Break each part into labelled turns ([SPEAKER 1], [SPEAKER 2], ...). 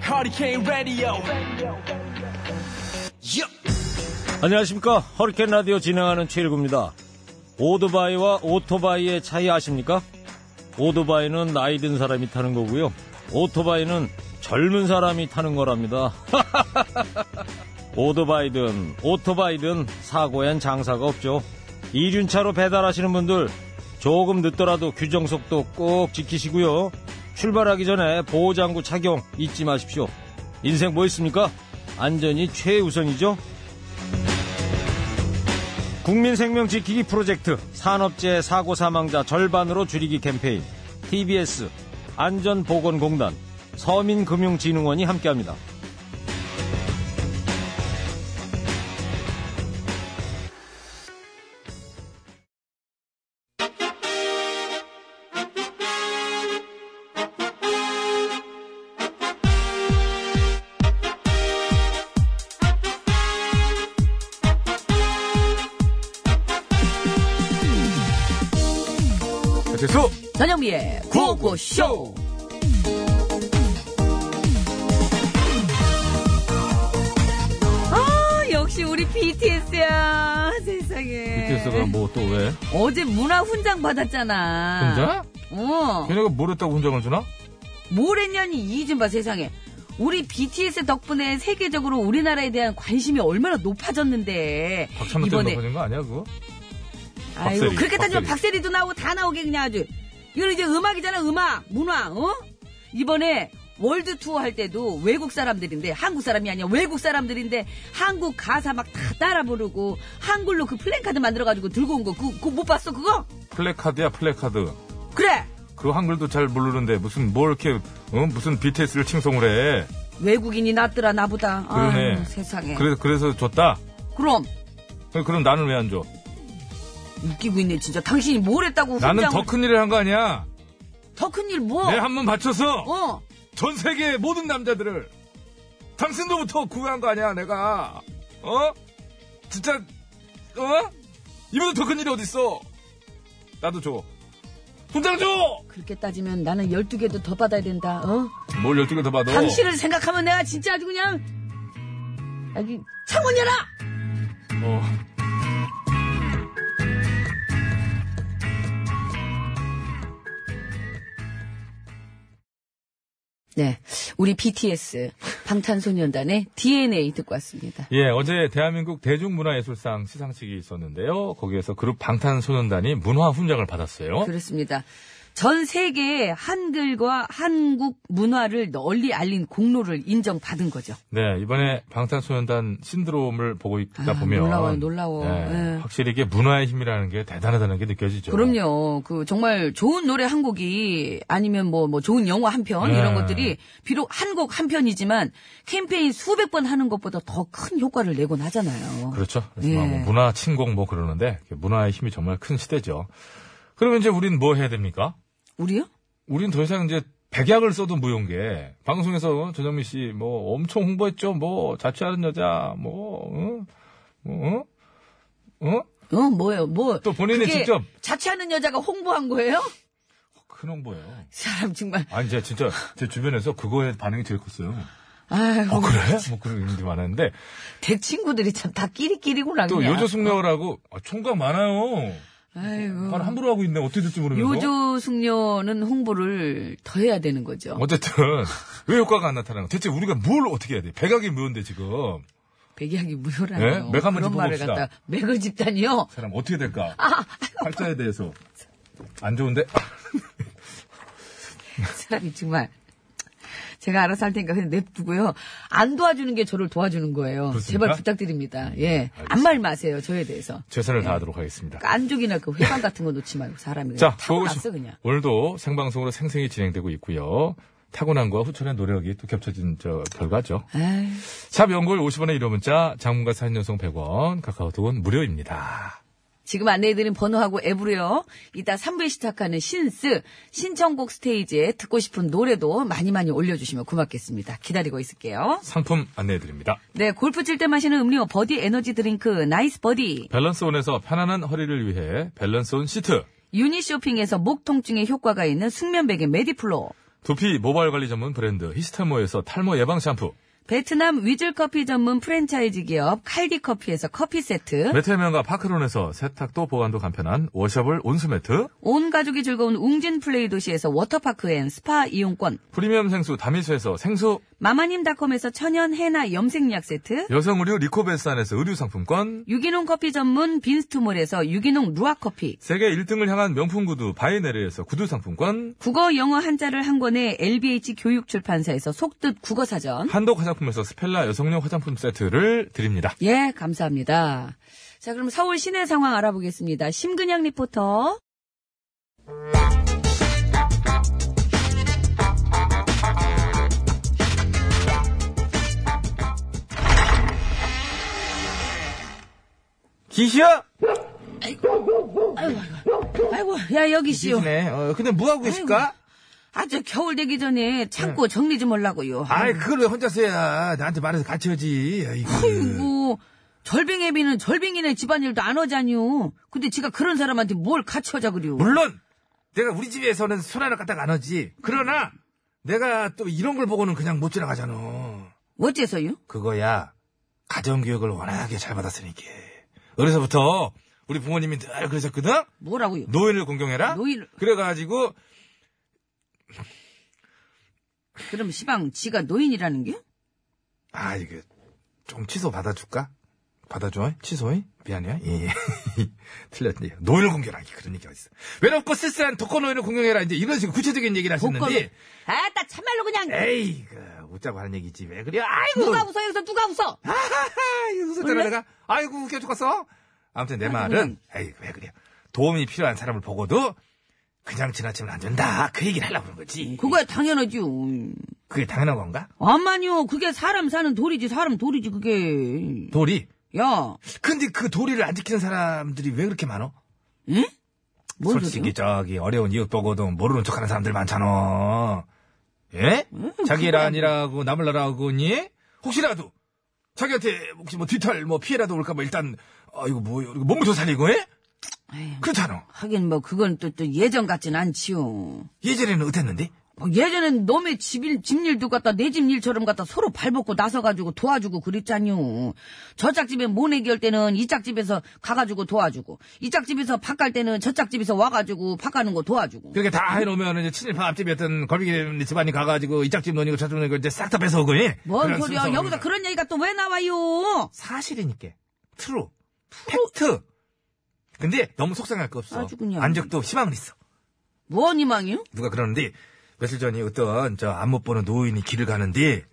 [SPEAKER 1] Hurricane Radio.
[SPEAKER 2] 안녕하십니까. 허리케인 라디오 진행하는 최일구입니다. 오토바이와 오토바이의 차이 아십니까? 오토바이는 나이 든 사람이 타는 거고요. 오토바이는 젊은 사람이 타는 거랍니다. 오토바이든 오토바이든 사고엔 장사가 없죠. 이륜차로 배달하시는 분들 조금 늦더라도 규정 속도 꼭 지키시고요. 출발하기 전에 보호장구 착용 잊지 마십시오. 인생 뭐 있습니까? 안전이 최우선이죠. 국민 생명 지키기 프로젝트 산업재해 사고 사망자 절반으로 줄이기 캠페인 TBS 안전보건공단 서민금융진흥원이 함께합니다.
[SPEAKER 3] 배태수
[SPEAKER 4] 전영미의 구호구쇼 아 역시 우리 BTS야 세상에
[SPEAKER 3] BTS가 뭐 또 왜?
[SPEAKER 4] 어제 문화 훈장 받았잖아
[SPEAKER 3] 혼자?
[SPEAKER 4] 어
[SPEAKER 3] 걔네가 뭘 했다고 훈장을 주나?
[SPEAKER 4] 모래년이 이좀 봐, 세상에. 우리 BTS 덕분에 세계적으로 우리나라에 대한 관심이 얼마나 높아졌는데.
[SPEAKER 3] 박찬호
[SPEAKER 4] 네.
[SPEAKER 3] 때문에 높아진 거 아니야 그거?
[SPEAKER 4] 아이고,
[SPEAKER 3] 박세리,
[SPEAKER 4] 그렇게 따지면
[SPEAKER 3] 박세리.
[SPEAKER 4] 박세리도 나오고 다 나오게 그냥 아주. 이건 이제 음악이잖아, 음악, 문화, 어? 이번에 월드 투어 할 때도 외국 사람들인데, 한국 사람이 아니야, 외국 사람들인데, 한국 가사 막 다 따라 부르고, 한글로 그 플랜카드 만들어가지고 들고 온 거, 그거, 그거 못 봤어, 그거?
[SPEAKER 3] 플래카드야 플래카드
[SPEAKER 4] 그래!
[SPEAKER 3] 그 한글도 잘 모르는데 무슨 뭘 이렇게 어? 무슨 BTS를 칭송을 해
[SPEAKER 4] 외국인이 낫더라, 나보다.
[SPEAKER 3] 그러네.
[SPEAKER 4] 아유, 세상에.
[SPEAKER 3] 그래서 그래서 줬다?
[SPEAKER 4] 그럼,
[SPEAKER 3] 그럼 나는 왜 안 줘?
[SPEAKER 4] 웃기고 있네 진짜 당신이 뭘 했다고
[SPEAKER 3] 나는 더 큰 일을 한 거 아니야
[SPEAKER 4] 더큰일 뭐?
[SPEAKER 3] 내 한 번 바쳐서
[SPEAKER 4] 어
[SPEAKER 3] 전 세계 모든 남자들을 당신도부터 구해한 거 아니야 내가 어? 진짜 어? 이보다 더 큰 일이 어딨어 나도 줘 훈장 줘!
[SPEAKER 4] 그렇게 따지면 나는 12개도 더 받아야 된다 어?
[SPEAKER 3] 뭘 12개 더 받아
[SPEAKER 4] 당신을 생각하면 내가 진짜 아주 그냥 여기 창문 열어!
[SPEAKER 3] 어.
[SPEAKER 4] 네 우리 BTS 방탄소년단의 DNA 듣고 왔습니다
[SPEAKER 3] 예, 어제 대한민국 대중문화예술상 시상식이 있었는데요. 거기에서 그룹 방탄소년단이 문화 훈장을 받았어요.
[SPEAKER 4] 그렇습니다 전 세계의 한글과 한국 문화를 널리 알린 공로를 인정받은 거죠
[SPEAKER 3] 네, 이번에 방탄소년단 신드롬을 보고 있다
[SPEAKER 4] 아,
[SPEAKER 3] 보면
[SPEAKER 4] 놀라워요, 놀라워.
[SPEAKER 3] 네,
[SPEAKER 4] 예.
[SPEAKER 3] 확실히 이게 문화의 힘이라는 게 대단하다는 게 느껴지죠.
[SPEAKER 4] 그럼요. 그 정말 좋은 노래 한 곡이 아니면 뭐 뭐 좋은 영화 한 편
[SPEAKER 3] 네.
[SPEAKER 4] 이런 것들이 비록 한 곡 한 편이지만 캠페인 수백 번 하는 것보다 더 큰 효과를 내곤 하잖아요.
[SPEAKER 3] 그렇죠. 그래서
[SPEAKER 4] 예.
[SPEAKER 3] 막뭐 문화 친공 뭐 그러는데 문화의 힘이 정말 큰 시대죠. 그러면 이제 우린 뭐 해야 됩니까?
[SPEAKER 4] 우리요?
[SPEAKER 3] 우린 더 이상 이제 백약을 써도 무용계. 방송에서 전영미 씨 뭐 엄청 홍보했죠. 뭐 자취하는 여자 뭐 응? 뭐 응? 어?
[SPEAKER 4] 어 뭐예요? 뭐
[SPEAKER 3] 또 본인이
[SPEAKER 4] 그게
[SPEAKER 3] 직접.
[SPEAKER 4] 자취하는 여자가 홍보한 거예요?
[SPEAKER 3] 큰 홍보예요.
[SPEAKER 4] 사람 정말
[SPEAKER 3] 아니 제가 진짜 제 주변에서 그거에 반응이 제일 컸어요.
[SPEAKER 4] 아유
[SPEAKER 3] 어 그래? 뭐 그런 분들이 많았는데
[SPEAKER 4] 대 친구들이 참 다 끼리끼리구나
[SPEAKER 3] 또
[SPEAKER 4] 그냥.
[SPEAKER 3] 요조숙녀라고 아, 총각 많아요.
[SPEAKER 4] 아이고.
[SPEAKER 3] 말 함부로 하고 있네. 어떻게 될지 모르면서.
[SPEAKER 4] 요조 숙녀는 홍보를 더 해야 되는 거죠.
[SPEAKER 3] 어쨌든 왜 효과가 안 나타나는 거? 대체 우리가 뭘 어떻게 해야 돼? 백악이 무효인데 지금
[SPEAKER 4] 백약이 무효라는
[SPEAKER 3] 네? 맥 한번
[SPEAKER 4] 그런
[SPEAKER 3] 짚어봅시다.
[SPEAKER 4] 말을 갖다 맥을 집단이요.
[SPEAKER 3] 사람 어떻게 될까?
[SPEAKER 4] 아,
[SPEAKER 3] 팔자에 대해서 안 좋은데
[SPEAKER 4] 사람이 정말 제가 알아서 할 테니까 그냥 냅두고요. 안 도와주는 게 저를 도와주는 거예요.
[SPEAKER 3] 그렇습니까?
[SPEAKER 4] 제발 부탁드립니다. 예. 안 말 마세요. 저에 대해서.
[SPEAKER 3] 최선을 다하도록 하겠습니다.
[SPEAKER 4] 안쪽이나 그 회관 같은 거 놓지 말고 사람이 그냥 네,
[SPEAKER 3] 자,
[SPEAKER 4] 타고났어
[SPEAKER 3] 그것이-
[SPEAKER 4] 그냥.
[SPEAKER 3] 오늘도 생방송으로 생생히 진행되고 있고요. 타고난과 후천의 노력이 또 겹쳐진 저 결과죠.
[SPEAKER 4] 에이,
[SPEAKER 3] 샵 연골 50원의 이호 문자, 장문과 사연 연속 100원, 카카오톡은 무료입니다.
[SPEAKER 4] 지금 안내해드린 번호하고 앱으로요. 이따 3부에 시작하는 신스 신청곡 스테이지에 듣고 싶은 노래도 많이 많이 올려주시면 고맙겠습니다. 기다리고 있을게요.
[SPEAKER 3] 상품 안내해드립니다.
[SPEAKER 4] 네, 골프 칠 때 마시는 음료 버디 에너지 드링크 나이스 버디.
[SPEAKER 3] 밸런스온에서 편안한 허리를 위해 밸런스온 시트,
[SPEAKER 4] 유니쇼핑에서 목 통증에 효과가 있는 숙면베개 메디플로.
[SPEAKER 5] 두피 모발 관리 전문 브랜드 히스테모에서 탈모 예방 샴푸.
[SPEAKER 4] 베트남 위즐 커피 전문 프랜차이즈 기업 칼디 커피에서 커피 세트.
[SPEAKER 3] 네.
[SPEAKER 5] 매트의 명가 파크론에서 세탁도 보관도 간편한 워셔블 온수 매트.
[SPEAKER 4] 온 가족이 즐거운 웅진 플레이 도시에서 워터파크 앤 스파 이용권.
[SPEAKER 5] 프리미엄 생수 다미수에서 생수.
[SPEAKER 4] 마마님닷컴에서 천연 해나 염색약 세트.
[SPEAKER 5] 여성 의류 리코베스안에서 의류 상품권.
[SPEAKER 4] 유기농 커피 전문 빈스트몰에서 유기농 루아 커피.
[SPEAKER 5] 세계 1등을 향한 명품 구두 바이네르에서 구두 상품권.
[SPEAKER 4] 국어 영어 한자를 한 권에 LBH 교육 출판사에서 속뜻 국어 사전.
[SPEAKER 5] 한독 화장품에서 스펠라 여성용 화장품 세트를 드립니다.
[SPEAKER 4] 예, 감사합니다. 자, 그럼 서울 시내 상황 알아보겠습니다. 심근양 리포터.
[SPEAKER 3] 기시야?
[SPEAKER 4] 아이고, 야, 여기 씨요.
[SPEAKER 3] 기시네. 어, 근데 뭐 하고 있을까?
[SPEAKER 4] 아, 저 겨울 되기 전에 창고 정리 좀 하려고요.
[SPEAKER 3] 아이, 그걸 왜 혼자서 해야. 나한테 말해서 같이 하지. 아이고.
[SPEAKER 4] 아이고, 절빙애비는 절빙이네 집안일도 안 하자니요. 근데 지가 그런 사람한테 뭘 같이 하자 그래요.
[SPEAKER 3] 물론, 내가 우리 집에서는 손 하나 까딱 안 하지. 그러나, 내가 또 이런 걸 보고는 그냥 못 지나가잖아.
[SPEAKER 4] 어째서요?
[SPEAKER 3] 그거야, 가정교육을 워낙에 잘 받았으니까. 어려서부터, 우리 부모님이 늘 그러셨거든?
[SPEAKER 4] 뭐라고요?
[SPEAKER 3] 노인을 공경해라?
[SPEAKER 4] 노인을-
[SPEAKER 3] 그래가지고,
[SPEAKER 4] 그럼 시방 지가 노인이라는 게?
[SPEAKER 3] 아, 이거, 좀 취소 받아줄까? 받아줘, 취소해? 미안해. 예. 틀렸네요. 노인을 공경하기, 그런 얘기가 있어. 외롭고 쓸쓸한 독거 노인을 공경해라. 이제 이런 식으로 구체적인 얘기를 하셨는데.
[SPEAKER 4] 복권. 아, 딱 참말로 그냥
[SPEAKER 3] 에이, 그, 웃자고 하는 얘기지. 왜 그래? 아이고!
[SPEAKER 4] 누가 웃어 여기서 누가 웃어?
[SPEAKER 3] 아하하! 이거 웃었잖아,
[SPEAKER 4] 원래?
[SPEAKER 3] 내가. 아이고, 웃겨 죽었어. 아무튼 내
[SPEAKER 4] 그냥.
[SPEAKER 3] 말은, 에이, 왜 그래요? 도움이 필요한 사람을 보고도, 그냥 지나치면 안 된다. 그 얘기를 하려고 그런 거지.
[SPEAKER 4] 그거야 당연하지요.
[SPEAKER 3] 그게 당연한 건가?
[SPEAKER 4] 아마니요, 그게 사람 사는 도리지, 사람 도리지 그게.
[SPEAKER 3] 도리.
[SPEAKER 4] 야,
[SPEAKER 3] 근데 그 도리를 안 지키는 사람들이 왜 그렇게 많어?
[SPEAKER 4] 응? 뭔
[SPEAKER 3] 솔직히
[SPEAKER 4] 소리야?
[SPEAKER 3] 저기 어려운 이웃 보고도 모르는 척하는 사람들 많잖아. 예?
[SPEAKER 4] 음,
[SPEAKER 3] 자기
[SPEAKER 4] 그건-
[SPEAKER 3] 란이라고 남을 나라고니? 혹시라도 자기한테 혹시 뭐 뒤탈 뭐 피해라도 올까봐 일단 아 이거 뭐 이거 몸을 더 살리고 해?
[SPEAKER 4] 에휴,
[SPEAKER 3] 그렇잖아.
[SPEAKER 4] 하긴 뭐 그건 또, 또 예전 같진 않지요.
[SPEAKER 3] 예전에는 어땠는데?
[SPEAKER 4] 뭐 예전엔 놈의 집일, 집일도 갖다 내 집 일처럼 갖다 서로 발벗고 나서가지고 도와주고 그랬잖요. 저 짝집에 모내기 할 때는 이 짝집에서 가가지고 도와주고, 이 짝집에서 밥 갈 때는 저 짝집에서 와가지고 밥 가는 거 도와주고.
[SPEAKER 3] 그렇게 다 해놓으면 이제 친일파 앞집이었던 걸비기 집안이 가가지고 이 짝집 논이고 저집 논이고 이제 싹 다 뺏어오고 예?
[SPEAKER 4] 뭔
[SPEAKER 3] 그런
[SPEAKER 4] 소리야.
[SPEAKER 3] 순서.
[SPEAKER 4] 여기서 그런 얘기가 또 왜 나와요?
[SPEAKER 3] 사실이니까. 트루. 팩트. 근데 너무 속상할 거 없어.
[SPEAKER 4] 아주 그냥.
[SPEAKER 3] 안적도 희망은 있어.
[SPEAKER 4] 뭔 희망이요?
[SPEAKER 3] 누가 그러는데 며칠 전에 어떤 저 안 못 보는 노인이 길을 가는데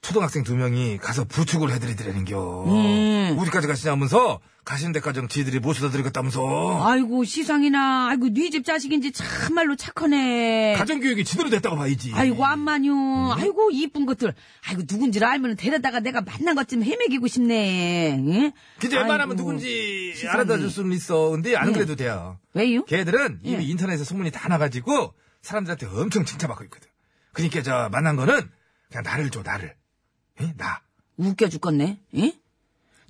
[SPEAKER 3] 초등학생 두 명이 가서 부축을 해드리더라는겨.
[SPEAKER 4] 음.
[SPEAKER 3] 어디까지 가시냐면서 가시는 데까지 지들이 모셔다 드리겠다면서.
[SPEAKER 4] 아이고, 시상이나, 아이고, 네 집 자식인지 참말로 착하네.
[SPEAKER 3] 가정교육이 제대로 됐다고 봐야지.
[SPEAKER 4] 예. 아이고, 암만요. 아이고, 이쁜 것들. 아이고, 누군지를 알면 데려다가 내가 만난 것쯤 헤매기고 싶네. 응?
[SPEAKER 3] 그제
[SPEAKER 4] 아이고,
[SPEAKER 3] 웬만하면 누군지
[SPEAKER 4] 시선이.
[SPEAKER 3] 알아다 줄 수는 있어. 근데 안 그래도 돼요.
[SPEAKER 4] 왜요?
[SPEAKER 3] 걔들은 이미
[SPEAKER 4] 예.
[SPEAKER 3] 인터넷에 소문이 다 나가지고 사람들한테 엄청 칭찬받고 있거든. 그러니까 저 만난 거는 그냥 나를 줘, 나를. 예? 나.
[SPEAKER 4] 웃겨 죽겠네. 예?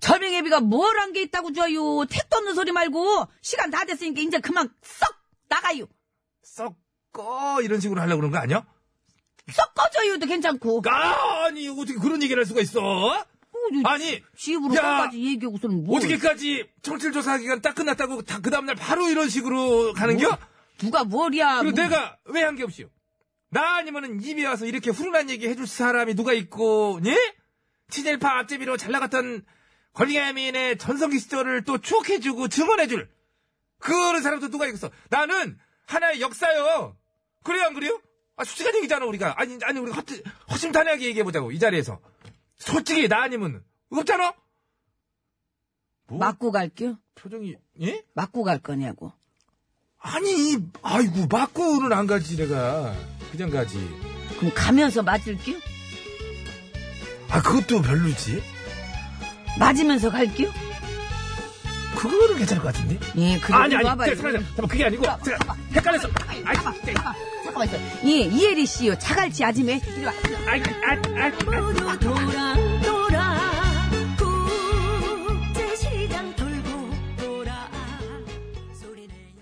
[SPEAKER 4] 절명애비가 뭘 한 게 있다고 줘요. 택도 없는 소리 말고 시간 다 됐으니까 이제 그만 썩 나가요.
[SPEAKER 3] 썩어 이런 식으로 하려고 그런 거 아니야?
[SPEAKER 4] 썩 꺼져요도 괜찮고.
[SPEAKER 3] 아, 아니 어떻게 그런 얘기를 할 수가 있어?
[SPEAKER 4] 어,
[SPEAKER 3] 아니,
[SPEAKER 4] 집으로
[SPEAKER 3] 야,
[SPEAKER 4] 끝까지 얘기하고서는 뭐
[SPEAKER 3] 어떻게까지 그- 청취율 조사 기간 딱 끝났다고 다 그 다음날 바로 이런 식으로
[SPEAKER 4] 뭐?
[SPEAKER 3] 가는겨?
[SPEAKER 4] 누가 뭘이야.
[SPEAKER 3] 그리고
[SPEAKER 4] 뭐,
[SPEAKER 3] 내가 왜 한 게 없이요? 나 아니면은 입에 와서 이렇게 훈훈한 얘기 해줄 사람이 누가 있고, 예? 친일파 앞제비로 잘 나갔던 권리아민의 전성기 시절을 또 추억해주고 증언해줄 그런 사람도 누가 있겠어? 나는 하나의 역사요. 그래요, 안 그래요? 아, 솔직한 얘기잖아, 우리가. 아니, 아니, 우리가 허, 허심탄회하게 얘기해보자고, 이 자리에서. 솔직히 나 아니면, 없잖아? 뭐?
[SPEAKER 4] 맞고 갈게요.
[SPEAKER 3] 표정이, 예?
[SPEAKER 4] 맞고 갈 거냐고.
[SPEAKER 3] 아니, 아이고, 맞고는 안 가지, 내가. 그냥 가지.
[SPEAKER 4] 그럼 가면서 맞을게요.
[SPEAKER 3] 아, 그것도 별로지.
[SPEAKER 4] 맞으면서 갈게요.
[SPEAKER 3] 그거는 괜찮을 것 같은데?
[SPEAKER 4] 예, 그게
[SPEAKER 3] 아니, 아니,
[SPEAKER 4] 와봐요.
[SPEAKER 3] 제가 잠깐만, 잠깐만, 그게 아니고,
[SPEAKER 4] 봐봐,
[SPEAKER 3] 제가
[SPEAKER 4] 봐봐.
[SPEAKER 3] 헷갈렸어.
[SPEAKER 4] 가만히 있어,
[SPEAKER 3] 아이,
[SPEAKER 4] 가만히 있어, 가만히 있어. 예, 이혜리 씨요. 자갈치 아지매. 이리 와.
[SPEAKER 3] 아이, 아이, 아이, 아이.
[SPEAKER 6] 모두 돌아 돌아 국제시장 돌고 돌아 소리내요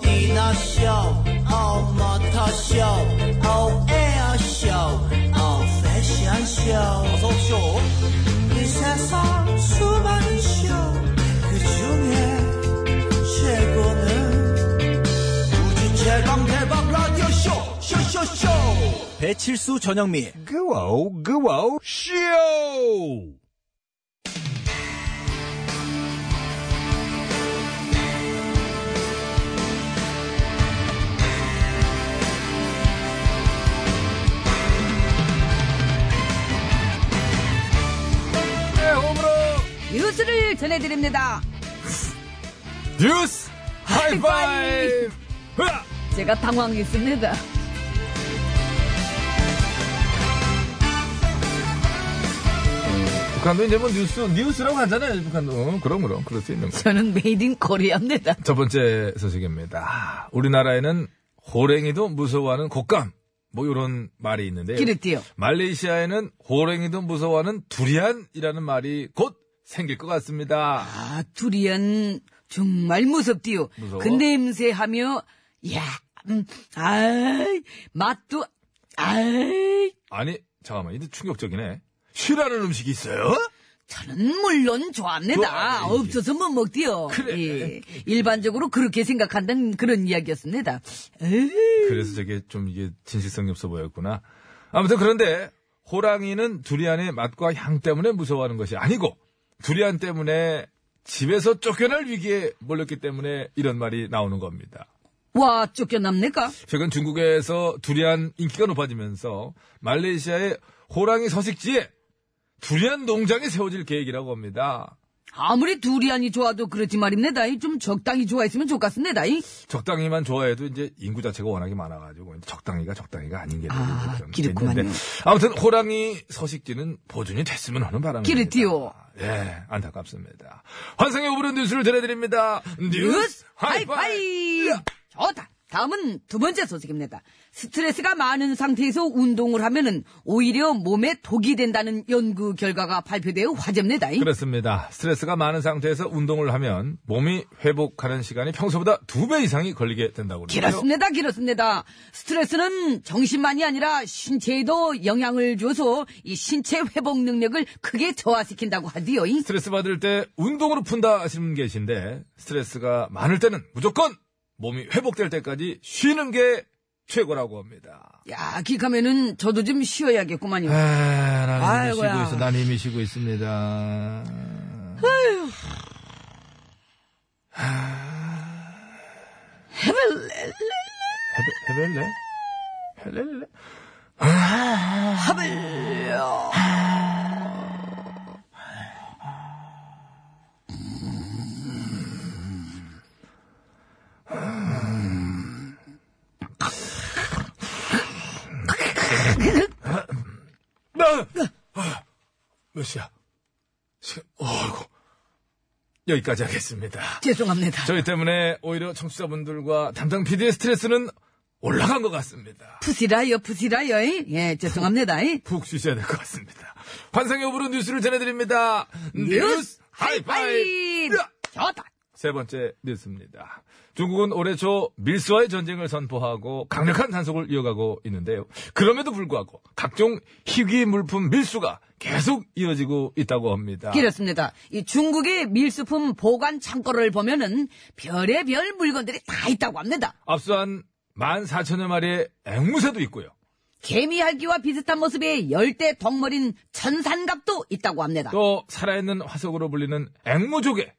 [SPEAKER 7] 디너 쇼, 어 모터 쇼, 어 에어 쇼, 어 패션 쇼. 어서 쇼. 이 세상 수많은 쇼, 그 중에 최고는 우주 최강 대박 라디오 쇼, 쇼쇼쇼. 배칠수 전영미.
[SPEAKER 3] 그와우, 그와우, 쇼! 네, 홈으로
[SPEAKER 4] 뉴스를 전해드립니다.
[SPEAKER 3] 뉴스 하이파이브! 으아!
[SPEAKER 4] 제가 당황했습니다.
[SPEAKER 3] 북한도 이제 뭐 뉴스, 뉴스라고 하잖아요, 북한도. 어, 그럼, 그럼. 그럴 수 있는 거.
[SPEAKER 4] 저는 메이드 인 코리아입니다.
[SPEAKER 3] 첫 번째 소식입니다. 우리나라에는 호랭이도 무서워하는 곶감. 뭐 이런 말이 있는데요.
[SPEAKER 4] 그랬대요.
[SPEAKER 3] 말레이시아에는 호랭이도 무서워하는 두리안이라는 말이 곧 생길 것 같습니다.
[SPEAKER 4] 아, 두리안 정말 무섭디요.
[SPEAKER 3] 무서워?
[SPEAKER 4] 그 냄새하며 야, 음, 아이, 맛도 아이,
[SPEAKER 3] 아니, 잠깐만. 이거 충격적이네. 쉬라는 음식이 있어요?
[SPEAKER 4] 저는 물론 좋아합니다.
[SPEAKER 3] 좋아, 예.
[SPEAKER 4] 없어서 못 먹디요.
[SPEAKER 3] 그래.
[SPEAKER 4] 예. 일반적으로 그렇게 생각한다는 그런 이야기였습니다. 에이,
[SPEAKER 3] 그래서 저게 좀 이게 진실성이 없어 보였구나. 아무튼 그런데 호랑이는 두리안의 맛과 향 때문에 무서워하는 것이 아니고 두리안 때문에 집에서 쫓겨날 위기에 몰렸기 때문에 이런 말이 나오는 겁니다.
[SPEAKER 4] 와, 쫓겨납니까?
[SPEAKER 3] 최근 중국에서 두리안 인기가 높아지면서 말레이시아의 호랑이 서식지에 두리안 농장이 세워질 계획이라고 합니다.
[SPEAKER 4] 아무리 두리안이 좋아도 그렇지 말입니다. 이 좀 적당히 좋아했으면 좋겠습니다. 이.
[SPEAKER 3] 적당히만 좋아해도 이제 인구 자체가 워낙에 많아가지고 이제 적당히가 적당히가 아닌 게
[SPEAKER 4] 아,
[SPEAKER 3] 되는 게
[SPEAKER 4] 그렇구만요.
[SPEAKER 3] 있는데 아무튼 호랑이 서식지는 보존이 됐으면 하는 바람입니다.
[SPEAKER 4] 그렇지요.
[SPEAKER 3] 예, 안타깝습니다. 환상의 오브른 뉴스를 전해드립니다.
[SPEAKER 4] 뉴스
[SPEAKER 3] 뉴스
[SPEAKER 4] 하이파이!
[SPEAKER 3] 하이파이!
[SPEAKER 4] 좋다. 다음은 두 번째 소식입니다. 스트레스가 많은 상태에서 운동을 하면은 오히려 몸에 독이 된다는 연구 결과가 발표되어 화제입니다.
[SPEAKER 3] 그렇습니다. 스트레스가 많은 상태에서 운동을 하면 몸이 회복하는 시간이 평소보다 두 배 이상이 걸리게 된다고 그러죠.
[SPEAKER 4] 길었습니다, 길었습니다. 스트레스는 정신만이 아니라 신체에도 영향을 줘서 이 신체 회복 능력을 크게 저하시킨다고 하디요. 이.
[SPEAKER 3] 스트레스 받을 때 운동으로 푼다 하시는 분 계신데 스트레스가 많을 때는 무조건 몸이 회복될 때까지 쉬는 게 최고라고 합니다.
[SPEAKER 4] 야, 기가면은 저도 좀 쉬어야겠구만요.
[SPEAKER 3] 난
[SPEAKER 4] 힘이 아이고야. 쉬고 있어.
[SPEAKER 3] 난 이미 쉬고 있습니다. 헤벨레? 헤벨레? 나! 아, 몇 시야? 지금, 어이구. 여기까지 하겠습니다.
[SPEAKER 4] 죄송합니다.
[SPEAKER 3] 저희 때문에 오히려 청취자분들과 담당 PD의 스트레스는 올라간 것 같습니다.
[SPEAKER 4] 푸시라요, 푸시라요. 이. 예, 죄송합니다. 이.
[SPEAKER 3] 푹 쉬셔야 될 것 같습니다. 환상의 오브로 뉴스를 전해드립니다.
[SPEAKER 4] 뉴스
[SPEAKER 3] 뉴스
[SPEAKER 4] 하이파이브!
[SPEAKER 3] 하이파이브!
[SPEAKER 4] 좋다.
[SPEAKER 3] 세 번째 뉴스입니다. 중국은 올해 초 밀수와의 전쟁을 선포하고 강력한 단속을 이어가고 있는데요. 그럼에도 불구하고 각종 희귀 물품 밀수가 계속 이어지고 있다고 합니다.
[SPEAKER 4] 그렇습니다. 이 중국의 밀수품 보관 창고를 보면은 별의별 물건들이 다 있다고 합니다.
[SPEAKER 3] 압수한 14,000여 마리의 앵무새도 있고요.
[SPEAKER 4] 개미핥기와 비슷한 모습의 열대 덩머린 천산갑도 있다고 합니다.
[SPEAKER 3] 또 살아있는 화석으로 불리는 앵무조개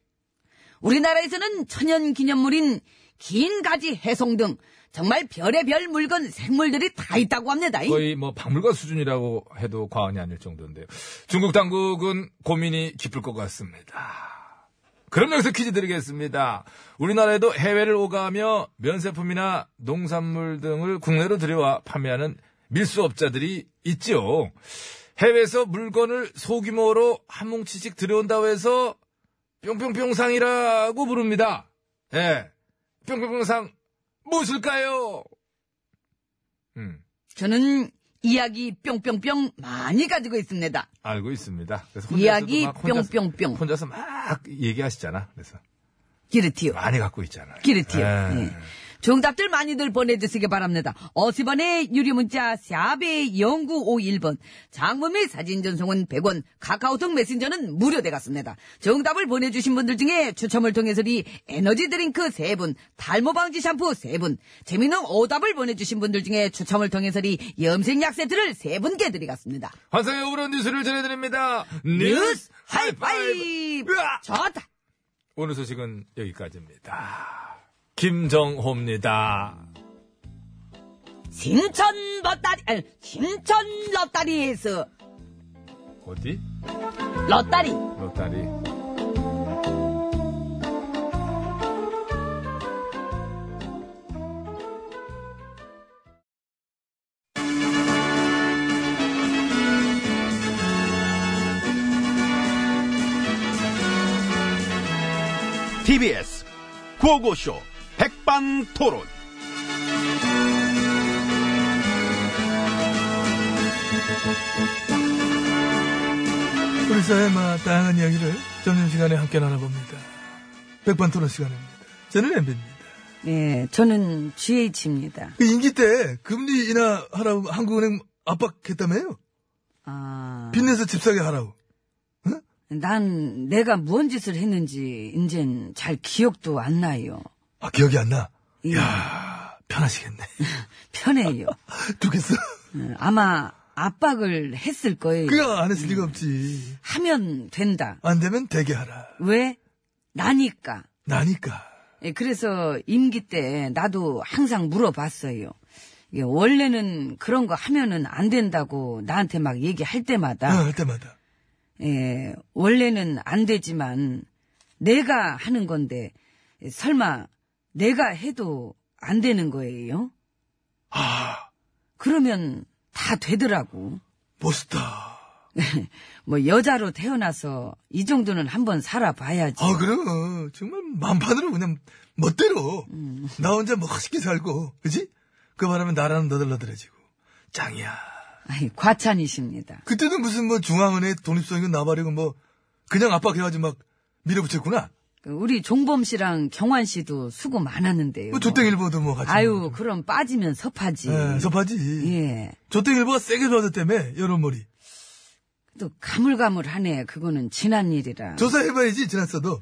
[SPEAKER 4] 우리나라에서는 천연 기념물인 긴 가지 해송 등 정말 별의별 물건 생물들이 다 있다고 합니다.
[SPEAKER 3] 거의 뭐 박물관 수준이라고 해도 과언이 아닐 정도인데요. 중국 당국은 고민이 깊을 것 같습니다. 그럼 여기서 퀴즈 드리겠습니다. 우리나라에도 해외를 오가며 면세품이나 농산물 등을 국내로 들여와 판매하는 밀수업자들이 있죠. 해외에서 물건을 소규모로 한 뭉치씩 들여온다고 해서 뿅뿅뿅상이라고 부릅니다. 예. 뿅뿅뿅상 무엇일까요? 음.
[SPEAKER 4] 저는 이야기 뿅뿅뿅 많이 가지고 있습니다.
[SPEAKER 3] 알고 있습니다. 그래서 혼자서도
[SPEAKER 4] 이야기
[SPEAKER 3] 막 혼자서-
[SPEAKER 4] 뿅뿅뿅.
[SPEAKER 3] 혼자서 막 얘기하시잖아. 그래서
[SPEAKER 4] 기르티요.
[SPEAKER 3] 많이 갖고 있잖아요.
[SPEAKER 4] 기르티요.
[SPEAKER 3] 예.
[SPEAKER 4] 예. 정답들 많이들 보내주시기 바랍니다. 50원의 유료문자 샵의 0951번 장문 및 사진 전송은 100원 카카오톡 메신저는 무료되갔습니다. 정답을 보내주신 분들 중에 추첨을 통해서리 에너지 드링크 3분 탈모 방지 샴푸 3분 재미있는 오답을 보내주신 분들 중에 추첨을 통해서리 염색약 세트를 3분께 드리겠습니다.
[SPEAKER 1] 환상의 우울한 뉴스를 전해드립니다.
[SPEAKER 4] 뉴스 하이파이브
[SPEAKER 1] 으아!
[SPEAKER 4] 좋다.
[SPEAKER 1] 오늘 소식은 여기까지입니다. 김정호입니다.
[SPEAKER 4] 신천 버따리 아니 신천 러따리에서
[SPEAKER 1] 어디?
[SPEAKER 4] 러따리
[SPEAKER 1] 로타리.
[SPEAKER 8] TBS 구호고쇼 백반토론.
[SPEAKER 3] 우리 사회마 다양한 이야기를 점심시간에 함께 나눠봅니다. 백반토론 시간입니다. 저는 엠비입니다.
[SPEAKER 4] 네, 저는 GH입니다.
[SPEAKER 3] 그 임기 때 금리 인하 하라고 한국은행 압박했다며요?
[SPEAKER 4] 아,
[SPEAKER 3] 빚내서 집 사게 하라고.
[SPEAKER 4] 난 내가 뭔 짓을 했는지 이젠 잘 기억도 안 나요.
[SPEAKER 3] 아, 기억이 안 나.
[SPEAKER 4] 예,
[SPEAKER 3] 아, 편하시겠네.
[SPEAKER 4] 편해요.
[SPEAKER 3] 좋겠어.
[SPEAKER 4] 음, 아마 압박을 했을 거예요.
[SPEAKER 3] 그거 안 했을 리가 없지.
[SPEAKER 4] 하면 된다.
[SPEAKER 3] 안 되면 되게 하라.
[SPEAKER 4] 왜? 나니까.
[SPEAKER 3] 나니까.
[SPEAKER 4] 예, 그래서 임기 때 나도 항상 물어봤어요. 이게 원래는 그런 거 하면은 안 된다고 나한테 막 얘기할
[SPEAKER 3] 어,
[SPEAKER 4] 때마다
[SPEAKER 3] 할 때마다.
[SPEAKER 4] 예, 원래는 안 되지만 내가 하는 건데 설마 내가 해도 안 되는 거예요?
[SPEAKER 3] 아.
[SPEAKER 4] 그러면 다 되더라고.
[SPEAKER 3] 멋있다.
[SPEAKER 4] 뭐 여자로 태어나서 이 정도는 한번 살아봐야지.
[SPEAKER 3] 아, 그럼. 정말 만판으로 그냥 멋대로.
[SPEAKER 4] 음.
[SPEAKER 3] 나 혼자 멋있게 살고. 그지? 그 바람에 나라는 너덜너덜해지고. 짱이야.
[SPEAKER 4] 아이, 과찬이십니다.
[SPEAKER 3] 그때도 무슨 뭐 중앙은행 독립성이고 나발이고 뭐 그냥 압박해가지고 막 밀어붙였구나.
[SPEAKER 4] 그 우리 종범 씨랑 경환 씨도 수고 많았는데요.
[SPEAKER 3] 뭐 조땡일보도 뭐 같이.
[SPEAKER 4] 아유, 그럼 빠지면 섭하지.
[SPEAKER 3] 예, 섭하지.
[SPEAKER 4] 예.
[SPEAKER 3] 조땡일보가 세게 좋아졌다며 여론머리.
[SPEAKER 4] 또 가물가물하네. 그거는 지난 일이라.
[SPEAKER 3] 조사해봐야지 지났어도.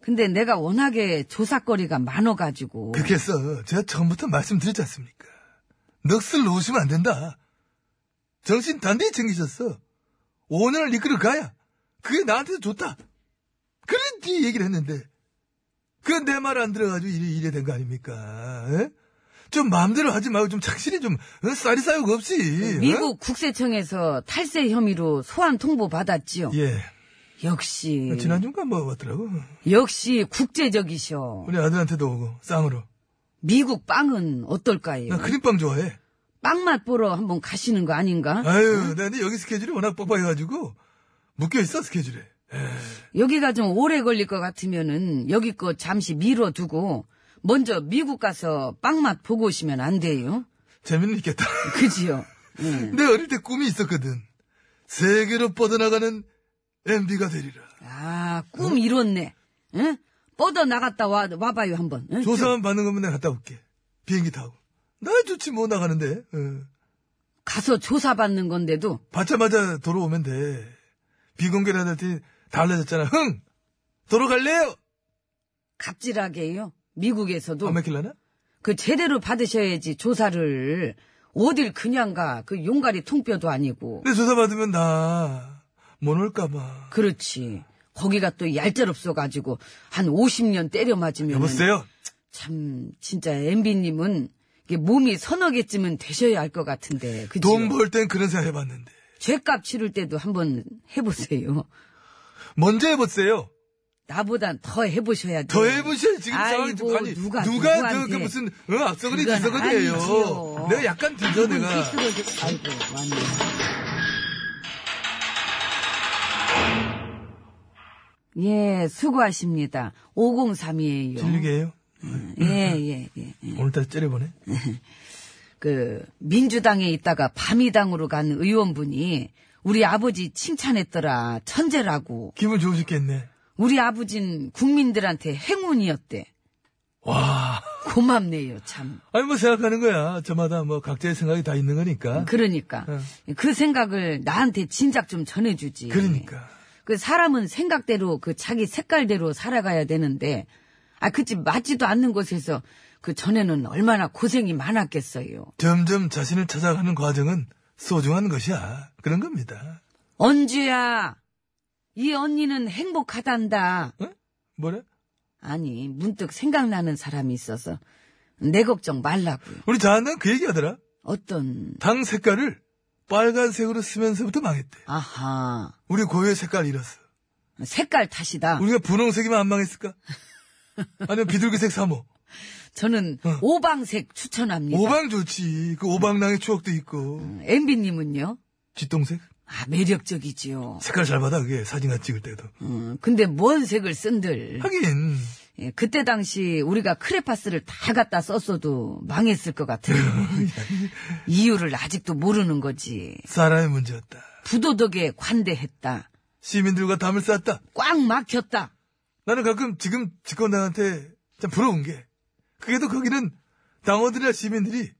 [SPEAKER 4] 근데 내가 워낙에 조사거리가 많아가지고.
[SPEAKER 3] 그렇게 해서 제가 처음부터 말씀드렸지 않습니까. 넋을 놓으시면 안 된다. 정신 단단히 챙기셨어. 5년을 이끌어 가야 그게 나한테도 좋다. 그런 뒤 얘기를 했는데 그건 내 말 안 들어가지고 이래, 이래 된 거 아닙니까? 에? 좀 마음대로 하지 말고 좀 착실히 좀 어? 쌀이 싸욕 없이 어?
[SPEAKER 4] 미국 국세청에서 탈세 혐의로 소환 통보 받았지요.
[SPEAKER 3] 예
[SPEAKER 4] 역시.
[SPEAKER 3] 지난주인가 뭐 왔더라고
[SPEAKER 4] 역시 국제적이셔.
[SPEAKER 3] 우리 아들한테도 오고 쌍으로
[SPEAKER 4] 미국 빵은 어떨까요?
[SPEAKER 3] 나 크림빵 좋아해
[SPEAKER 4] 빵맛 보러 한번 가시는 거 아닌가?
[SPEAKER 3] 아유 나 근데 여기 스케줄이 워낙 빡빡해가지고 묶여있어 스케줄에
[SPEAKER 4] 여기가 좀 오래 걸릴 것 같으면은 여기 거 잠시 미뤄두고 먼저 미국 가서 빵맛 보고 오시면 안 돼요?
[SPEAKER 3] 재미는 있겠다
[SPEAKER 4] 그지요? 예.
[SPEAKER 3] 내 어릴 때 꿈이 있었거든. 세계로 뻗어나가는 MB가 되리라.
[SPEAKER 4] 아, 꿈 이뤘네. 응? 뻗어 나갔다 와, 와봐요, 한번. 예? 응?
[SPEAKER 3] 조사만 받는 거면 내가 갔다 올게. 비행기 타고. 나 좋지 못 나가는데. 어.
[SPEAKER 4] 가서 조사받는 건데도
[SPEAKER 3] 받자마자 돌아오면 돼. 비공개라 할때 달라졌잖아. 흥! 돌아갈래요?
[SPEAKER 4] 갑질하게요. 미국에서도.
[SPEAKER 3] 안 맥힐라나?
[SPEAKER 4] 그 제대로 받으셔야지, 조사를. 어딜 그냥 가. 그 용가리 통뼈도 아니고.
[SPEAKER 3] 근데 조사 받으면 나, 못 올까봐.
[SPEAKER 4] 그렇지. 거기가 또 얄짤없어가지고 한 50년 때려 맞으면.
[SPEAKER 3] 여보세요?
[SPEAKER 4] 참, 진짜 MB님은 몸이 서너 개쯤은 되셔야 할 것 같은데. 그죠?
[SPEAKER 3] 돈 벌 땐 그런 생각 해봤는데.
[SPEAKER 4] 죄값 치를 때도 한번 해보세요.
[SPEAKER 3] 먼저 해보세요.
[SPEAKER 4] 나보다 더 해보셔야 돼요.
[SPEAKER 3] 더 해보셔야 지금 상황이
[SPEAKER 4] 아이고,
[SPEAKER 3] 좀 아니
[SPEAKER 4] 누가,
[SPEAKER 3] 누가
[SPEAKER 4] 누구한테.
[SPEAKER 3] 그 무슨 어, 앞서거리
[SPEAKER 4] 그건
[SPEAKER 3] 뒤서거리예요.
[SPEAKER 4] 아니지요.
[SPEAKER 3] 내가 약간 뒤져
[SPEAKER 4] 이분
[SPEAKER 3] 내가.
[SPEAKER 4] 필수적이- 아이고, 맞네. 예, 수고하십니다. 503이에요.
[SPEAKER 3] 진리게요.
[SPEAKER 4] 예, 예, 예. 예.
[SPEAKER 3] 오늘따라 째려보네.
[SPEAKER 4] 그, 민주당에 있다가 밤이당으로 간 의원분이 우리 아버지 칭찬했더라. 천재라고.
[SPEAKER 3] 기분 좋으셨겠네.
[SPEAKER 4] 우리 아버진 국민들한테 행운이었대.
[SPEAKER 3] 와.
[SPEAKER 4] 고맙네요, 참.
[SPEAKER 3] 아니 뭐 생각하는 거야. 저마다 뭐 각자의 생각이 다 있는 거니까.
[SPEAKER 4] 그러니까. 그 생각을 나한테 진작 좀 전해주지.
[SPEAKER 3] 어. 그러니까.
[SPEAKER 4] 그 사람은 생각대로 그 자기 색깔대로 살아가야 되는데, 아, 그치, 맞지도 않는 곳에서 그 전에는 얼마나 고생이 많았겠어요.
[SPEAKER 3] 점점 자신을 찾아가는 과정은 소중한 것이야. 그런 겁니다.
[SPEAKER 4] 언주야, 이 언니는 행복하단다.
[SPEAKER 3] 뭐래?
[SPEAKER 4] 아니, 문득 생각나는 사람이 있어서 내 걱정 말라고요.
[SPEAKER 3] 우리 자한은 그 얘기하더라.
[SPEAKER 4] 어떤,
[SPEAKER 3] 당 색깔을 빨간색으로 쓰면서부터 망했대.
[SPEAKER 4] 아하,
[SPEAKER 3] 우리 고유의 색깔 잃었어.
[SPEAKER 4] 색깔 탓이다.
[SPEAKER 3] 우리가 분홍색이면 안 망했을까? 아니면 비둘기색 사모.
[SPEAKER 4] 저는 오방색 추천합니다.
[SPEAKER 3] 어.
[SPEAKER 4] 네. 음.
[SPEAKER 3] 오방 좋지. 그 오방랑의 추억도 있고.
[SPEAKER 4] 엠비님은요?
[SPEAKER 3] 쥐똥색?
[SPEAKER 4] 아, 매력적이지요.
[SPEAKER 3] 색깔 잘 받아, 그게. 사진과 찍을 때도.
[SPEAKER 4] 음, 근데 뭔 색을 쓴들.
[SPEAKER 3] 하긴.
[SPEAKER 4] 예, 그때 당시 우리가 크레파스를 다 갖다 썼어도 망했을 것 같아요. 이유를 아직도 모르는 거지.
[SPEAKER 3] 사람의 문제였다.
[SPEAKER 4] 부도덕에 관대했다.
[SPEAKER 3] 시민들과 담을 쌓았다.
[SPEAKER 4] 꽉 막혔다.
[SPEAKER 3] 나는 가끔 지금 집권당한테 참 부러운 게. 그게도 거기는 당원들이나 시민들이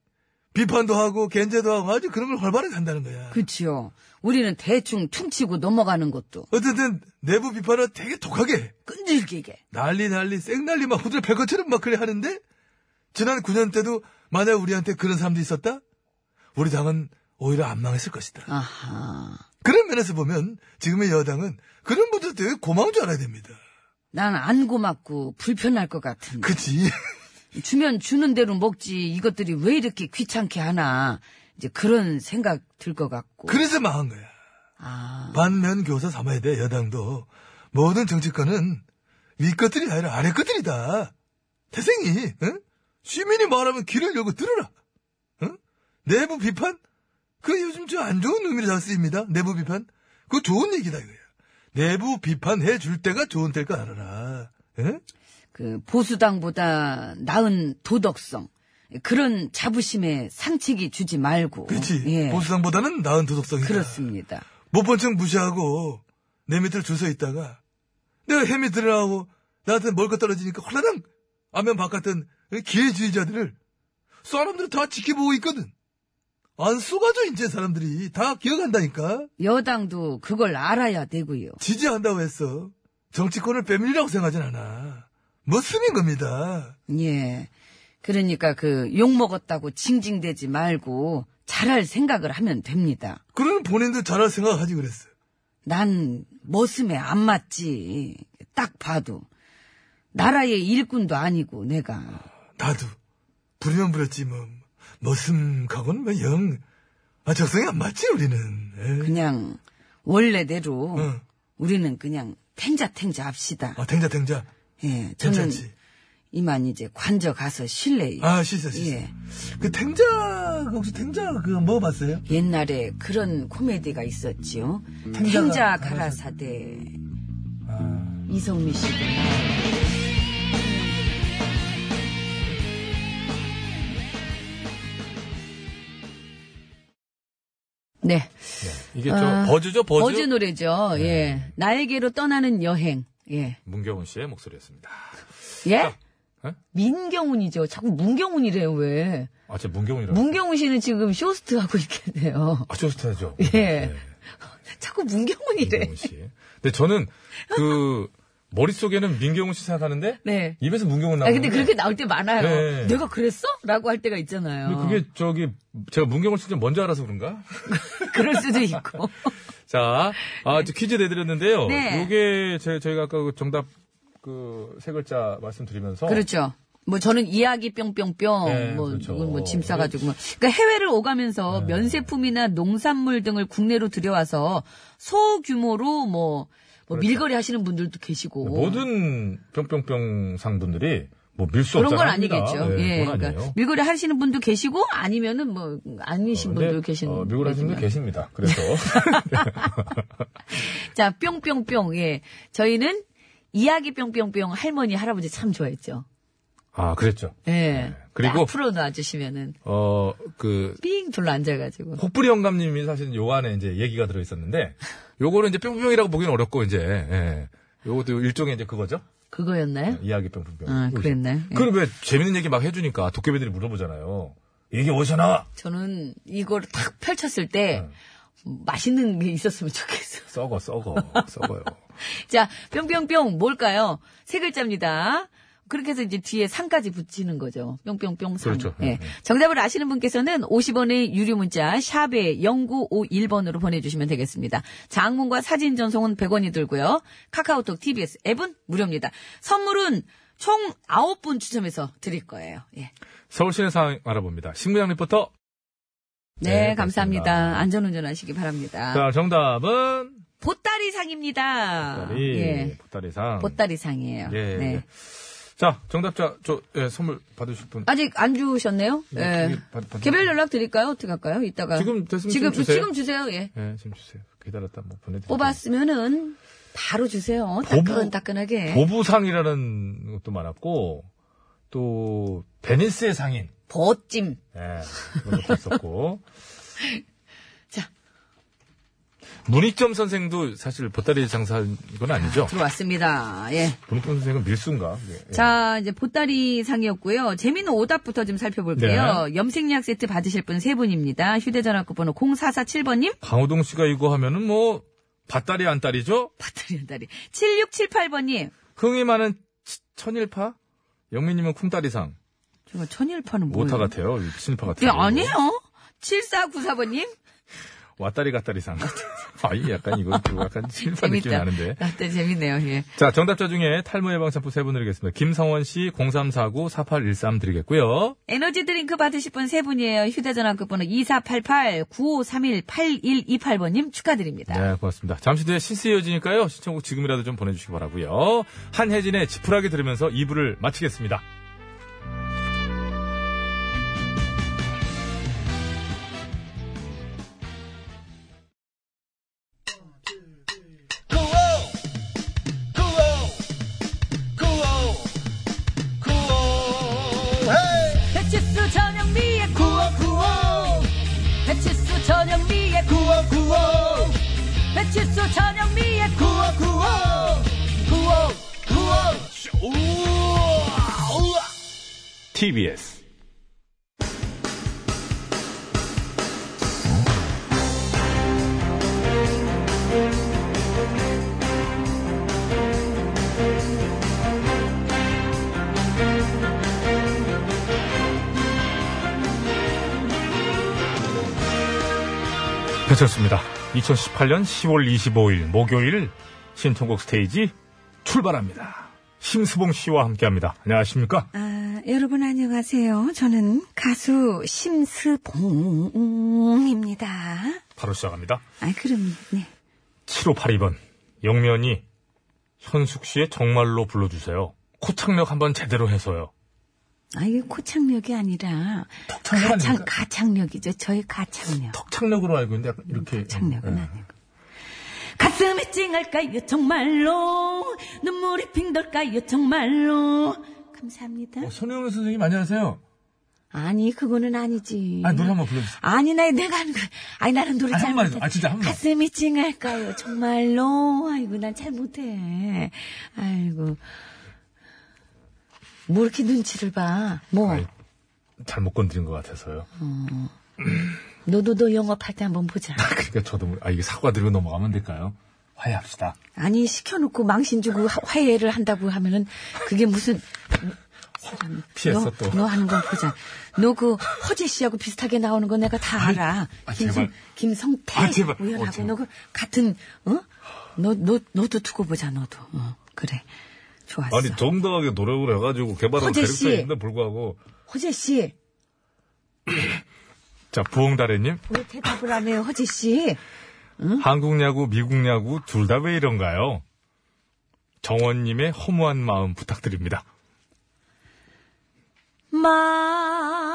[SPEAKER 3] 비판도 하고 견제도 하고 아주 그런 걸 활발하게 한다는 거야.
[SPEAKER 4] 그치요. 우리는 대충 퉁치고 넘어가는 것도
[SPEAKER 3] 어쨌든 내부 비판을 되게 독하게 해.
[SPEAKER 4] 끈질기게.
[SPEAKER 3] 난리 난리 생난리 막 호들 뺄 것처럼 막 그래 하는데 지난 9년 때도 만약 우리한테 그런 사람도 있었다? 우리 당은 오히려 안 망했을 것이다.
[SPEAKER 4] 아하.
[SPEAKER 3] 그런 면에서 보면 지금의 여당은 그런 분들 되게 고마운 줄 알아야 됩니다.
[SPEAKER 4] 난 안 고맙고 불편할 것 같은데.
[SPEAKER 3] 그치?
[SPEAKER 4] 주면 주는 대로 먹지 이것들이 왜 이렇게 귀찮게 하나. 이제 그런 생각 들 것 같고.
[SPEAKER 3] 그래서 망한 거야.
[SPEAKER 4] 아.
[SPEAKER 3] 반면 교사 삼아야 돼, 여당도. 모든 정치권은 윗것들이 아니라 아랫것들이다. 태생이, 응? 시민이 말하면 귀를 열고 들어라. 응? 내부 비판? 그 요즘 저 안 좋은 의미로 잘 쓰입니다. 내부 비판. 그거 좋은 얘기다, 이거야. 내부 비판해 줄 때가 좋은 때일 거 알아라. 응?
[SPEAKER 4] 그 보수당보다 나은 도덕성 그런 자부심에 상책이 주지 말고
[SPEAKER 3] 그렇지.
[SPEAKER 4] 예,
[SPEAKER 3] 보수당보다는 나은 도덕성이다.
[SPEAKER 4] 그렇습니다.
[SPEAKER 3] 못 본 척 무시하고 내 밑을 줄 서 있다가 내가 햄이 드러나고 나한테 멀거 떨어지니까 홀라당 안면 바깥은 기회주의자들을 사람들은 다 지켜보고 있거든. 안 속아져 이제 사람들이 다 기억한다니까.
[SPEAKER 4] 여당도 그걸 알아야 되고요.
[SPEAKER 3] 지지한다고 했어. 정치권을 빼밀리라고 생각하진 않아. 머슴인 겁니다.
[SPEAKER 4] 예. 그러니까 그 욕 먹었다고 징징대지 말고 잘할 생각을 하면 됩니다.
[SPEAKER 3] 그런 본인도 잘할 생각하지 그랬어.
[SPEAKER 4] 난 머슴에 안 맞지. 딱 봐도 나라의 일꾼도 아니고 내가
[SPEAKER 3] 나도 부리면 부렸지 뭐 머슴하고는 뭐영 아, 적성이 안 맞지 우리는. 에이.
[SPEAKER 4] 그냥 원래대로
[SPEAKER 3] 응.
[SPEAKER 4] 우리는 그냥 탱자탱자 합시다.
[SPEAKER 3] 아, 탱자, 탱자.
[SPEAKER 4] 예, 저는
[SPEAKER 3] 괜찮지.
[SPEAKER 4] 이만 이제 관저 가서 실례요.
[SPEAKER 3] 아, 씻어, 씻어.
[SPEAKER 4] 예.
[SPEAKER 3] 그 탱자, 혹시 탱자 그거
[SPEAKER 9] 네.
[SPEAKER 3] 먹어봤어요?
[SPEAKER 4] 옛날에 그런 코미디가 있었지요.
[SPEAKER 3] 탱자가 아.
[SPEAKER 4] 탱자 가라사대 이성미 씨가 네,
[SPEAKER 9] 이게 저
[SPEAKER 4] 아,
[SPEAKER 9] 버즈죠, 버즈.
[SPEAKER 4] 버즈 노래죠.
[SPEAKER 3] 네.
[SPEAKER 4] 예, 나에게로 떠나는 여행. 예,
[SPEAKER 9] 문경훈 씨의 목소리였습니다.
[SPEAKER 3] 아,
[SPEAKER 4] 예.
[SPEAKER 3] 네?
[SPEAKER 9] 어?
[SPEAKER 4] 민경훈이죠. 자꾸 문경훈이래요. 왜?
[SPEAKER 9] 아, 제 문경훈이라고.
[SPEAKER 4] 문경훈 씨는 지금 쇼스트 하고 있겠네요.
[SPEAKER 9] 아, 쇼스타죠.
[SPEAKER 4] 예.
[SPEAKER 9] 네, 음,
[SPEAKER 4] 자꾸 문경훈이래.
[SPEAKER 9] 민경훈 씨. 근데 저는 그 머릿속에는 민경훈 씨 생각하는데
[SPEAKER 4] 네.
[SPEAKER 9] 입에서 문경훈
[SPEAKER 4] 아,
[SPEAKER 9] 나오는
[SPEAKER 4] 근데 그렇게 나올 때 많아요.
[SPEAKER 9] 네.
[SPEAKER 4] 내가 그랬어? 라고 할 때가 있잖아요.
[SPEAKER 9] 근데 그게 저기 제가 문경훈 씨를 먼저 알아서 그런가?
[SPEAKER 4] 럴 수도 있고.
[SPEAKER 9] 어. 자, 아, 저 퀴즈 내드렸는데요.
[SPEAKER 4] 네.
[SPEAKER 9] 요게 제, 저희가 아까 그 정답 그 세 글자 말씀드리면서
[SPEAKER 4] 그렇죠. 뭐 저는 이야기 뿅뿅뿅,
[SPEAKER 9] 네,
[SPEAKER 4] 뭐
[SPEAKER 9] 그렇죠. 네.
[SPEAKER 4] 누군 뭐짐 싸가지고 뭐. 그러니까 해외를 오가면서 면세품이나 농산물 등을 국내로 들여와서 소규모로 뭐, 뭐
[SPEAKER 9] 그렇죠.
[SPEAKER 4] 밀거리 하시는 분들도 계시고.
[SPEAKER 9] 네, 모든 뿅뿅뿅 상분들이 뭐 밀수
[SPEAKER 4] 그런 건
[SPEAKER 9] 없잖아 네,
[SPEAKER 4] 아니겠죠.
[SPEAKER 3] 네,
[SPEAKER 4] 예, 그러니까 밀거리 하시는 분도 계시고 아니면은 뭐 아니신 분도 계신
[SPEAKER 9] 어, 미국 하시는 분
[SPEAKER 4] 거지만.
[SPEAKER 9] 계십니다. 그래서
[SPEAKER 4] 자, 뿅뿅뿅. 예. 저희는 이야기 뿅뿅뿅 할머니, 할아버지 참 좋아했죠.
[SPEAKER 9] 아 그랬죠.
[SPEAKER 4] 예.
[SPEAKER 9] 그리고-
[SPEAKER 4] 딱 풀어놔주시면은,
[SPEAKER 9] 어 그
[SPEAKER 4] 삥 둘러 앉아가지고.
[SPEAKER 9] 혹부리 영감님이 사실 요 안에 이제 얘기가 들어 있었는데 요거는 이제 뿅뿅이라고 보기는 어렵고 이제 예. 요것도 일종의 이제 그거죠.
[SPEAKER 4] 그거였나요?
[SPEAKER 3] 이야기병 불병.
[SPEAKER 4] 아, 그랬나요? 예.
[SPEAKER 3] 그걸 왜 재밌는 얘기 막 해주니까 도깨비들이 물어보잖아요. 이게 어디서 나와?
[SPEAKER 4] 저는 이걸 탁
[SPEAKER 9] 네.
[SPEAKER 4] 펼쳤을 때 맛있는 게 있었으면 좋겠어.
[SPEAKER 3] 썩어, 썩어, 썩어요.
[SPEAKER 4] 자, 뿅뿅뿅 뭘까요? 세 글자입니다. 그렇게 해서 이제 뒤에 상까지 붙이는 거죠. 뿅뿅뿅 상.
[SPEAKER 3] 그렇죠.
[SPEAKER 4] 예.
[SPEAKER 3] 예, 예.
[SPEAKER 4] 정답을 아시는 분께서는 50원의 유료 문자 샵에 0951번으로 보내주시면 되겠습니다. 장문과 사진 전송은 100원이 들고요. 카카오톡, TBS 앱은 무료입니다. 선물은 총 9분 추첨해서 드릴 거예요. 예.
[SPEAKER 3] 서울시내 상황 알아봅니다. 신문양 리포터.
[SPEAKER 4] 네,
[SPEAKER 3] 네,
[SPEAKER 4] 감사합니다.
[SPEAKER 3] 그렇습니다.
[SPEAKER 4] 안전운전 하시기 바랍니다.
[SPEAKER 3] 자, 정답은
[SPEAKER 4] 보따리 상입니다.
[SPEAKER 3] 보따리.
[SPEAKER 4] 예.
[SPEAKER 3] 보따리 상.
[SPEAKER 4] 보따리 상이에요.
[SPEAKER 3] 예.
[SPEAKER 4] 네.
[SPEAKER 3] 자, 정답자 저 예, 선물 받으실 분.
[SPEAKER 4] 아직 안 주셨네요?
[SPEAKER 3] 네,
[SPEAKER 4] 예.
[SPEAKER 3] 저기 받- 받-
[SPEAKER 4] 개별 연락 드릴까요? 어떻게 할까요? 이따가.
[SPEAKER 3] 지금 됐으면
[SPEAKER 4] 지금,
[SPEAKER 3] 좀 주세요.
[SPEAKER 4] 지금 주세요. 예.
[SPEAKER 3] 예, 지금 주세요. 기다렸다 뭐 보내드릴게요.
[SPEAKER 4] 뽑았으면은 바로 주세요.
[SPEAKER 3] 보부-
[SPEAKER 4] 따끈따끈하게.
[SPEAKER 3] 보부상이라는 것도 많았고 또 베니스의 상인.
[SPEAKER 4] 보찜.
[SPEAKER 3] 예, 그것도 있었고.
[SPEAKER 4] 자.
[SPEAKER 3] 문희점 선생도 사실 보따리 장사한 건 아니죠?
[SPEAKER 4] 들어왔습니다. 예.
[SPEAKER 3] 문희점 선생은 밀수인가? 예.
[SPEAKER 4] 자, 이제 보따리 상이었고요. 재미있는 오답부터 좀 살펴볼게요.
[SPEAKER 3] 네.
[SPEAKER 4] 염색약 세트 받으실 분 세 분입니다. 휴대전화 끝번호 0447번님.
[SPEAKER 3] 강호동 씨가 이거 하면은 뭐 밭다리 안다리죠?
[SPEAKER 4] 보따리 한 다리. 7678번님.
[SPEAKER 3] 흥이 많은 치- 천일파? 영민님은 쿵다리상.
[SPEAKER 4] 정말 천일파는 뭐예요?
[SPEAKER 3] 오타 같아요. 친일파
[SPEAKER 4] 예,
[SPEAKER 3] 같아요.
[SPEAKER 4] 아니에요. 7494번님.
[SPEAKER 3] 왔다리 갔다리상. 아, 이 약간 이거 좀 약간 친일파 느낌이
[SPEAKER 4] 재밌다.
[SPEAKER 3] 나는데.
[SPEAKER 4] 아, 네, 재밌네요. 예.
[SPEAKER 3] 자, 정답자 중에 탈모 예방 샴푸 세 분 드리겠습니다. 김성원 씨, 0349-4813 드리겠고요.
[SPEAKER 4] 에너지 드링크 받으실 분 세 분이에요. 휴대전화 끝번호 2488-9531-8128번님 축하드립니다.
[SPEAKER 3] 네, 고맙습니다. 잠시 뒤에 신스 이어지니까요. 신청곡 지금이라도 좀 보내주시기 바라고요 한혜진의 지푸라기 들으면서 2부를 마치겠습니다.
[SPEAKER 4] 배치수 전영미의 구호 구호 배치수 전영미의 구호 구호 배치수 전영미의 구호
[SPEAKER 3] TBS. 배쳤습니다. 2018년 10월 25일 목요일 신청곡 스테이지 출발합니다. 심수봉 씨와 함께합니다. 안녕하십니까?
[SPEAKER 4] 아, 여러분 안녕하세요. 저는 가수 심스봉입니다.
[SPEAKER 3] 바로 시작합니다.
[SPEAKER 4] 아, 그럼 네.
[SPEAKER 3] 7582번. 영면이 현숙 씨의 정말로 불러주세요. 코창력 한번 제대로 해서요.
[SPEAKER 4] 아, 이게 코창력이 아니라
[SPEAKER 3] 덕창력
[SPEAKER 4] 가창
[SPEAKER 3] 아닙니까?
[SPEAKER 4] 가창력이죠. 저의 가창력.
[SPEAKER 3] 덕창력으로 알고 있는데 약간 이렇게.
[SPEAKER 4] 창력은
[SPEAKER 3] 예.
[SPEAKER 4] 아니고. 가슴이 찡할까요, 정말로. 눈물이 핑돌까요, 정말로. 감사합니다.
[SPEAKER 3] 어, 손영은 선생님 안녕하세요.
[SPEAKER 4] 아니, 그거는 아니지.
[SPEAKER 3] 아, 노래 한번 불러주세요.
[SPEAKER 4] 아니, 나, 내가 하는 거. 아니, 나는 노래
[SPEAKER 3] 아니,
[SPEAKER 4] 잘
[SPEAKER 3] 한 번만
[SPEAKER 4] 못해.
[SPEAKER 3] 해줘. 아, 진짜 한 번만.
[SPEAKER 4] 가슴이 찡할까요, 정말로. 아이고, 난 잘 못해. 아이고. 뭐 이렇게 눈치를 봐. 뭐.
[SPEAKER 3] 아이, 잘못 건드린 것 같아서요.
[SPEAKER 4] 너도 너 영업할 때 한번 보자.
[SPEAKER 3] 그러니까 저도, 모르- 아, 이게 사과드리고 넘어가면 안 될까요? 화해합시다.
[SPEAKER 4] 아니, 시켜놓고 망신 주고 화- 화해를 한다고 하면은 그게 무슨
[SPEAKER 3] 피했어,
[SPEAKER 4] 너,
[SPEAKER 3] 또.
[SPEAKER 4] 너 하는 건 보자. 너 그 허재 씨하고 비슷하게 나오는 거 내가 다 알아.
[SPEAKER 3] 아,
[SPEAKER 4] 김성
[SPEAKER 3] 제발.
[SPEAKER 4] 김성태
[SPEAKER 3] 아, 제발.
[SPEAKER 4] 의원하고
[SPEAKER 3] 어, 제발.
[SPEAKER 4] 너그 같은 어? 어너너 너도 두고 보자 너도 어, 그래 좋았어.
[SPEAKER 3] 아니, 정당하게 노력을 해가지고 개발한
[SPEAKER 4] 허재 씨.
[SPEAKER 3] 캐릭터인데 불구하고.
[SPEAKER 4] 허재 씨.
[SPEAKER 3] 자, 부엉다래님.
[SPEAKER 4] 왜 대답을 안 해요, 허재 씨?
[SPEAKER 3] 한국 야구, 미국 야구 둘 다 왜 이런가요? 정원님의 허무한 마음 부탁드립니다.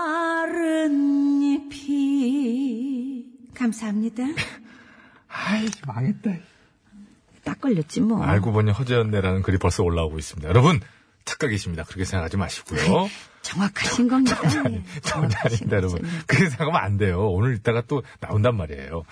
[SPEAKER 4] 마른 잎이 감사합니다.
[SPEAKER 3] 아이 망했다.
[SPEAKER 4] 딱 걸렸지 뭐.
[SPEAKER 3] 알고 보니 허재였네라는 글이 벌써 올라오고 있습니다. 여러분 착각이십니다. 그렇게 생각하지 마시고요.
[SPEAKER 4] 정확하신 겁니다. 예, 정확하신
[SPEAKER 3] 아닙니다, 여러분.
[SPEAKER 4] 거죠. 네.
[SPEAKER 3] 그게 생각하면 안 돼요. 오늘 이따가 또 나온단 말이에요.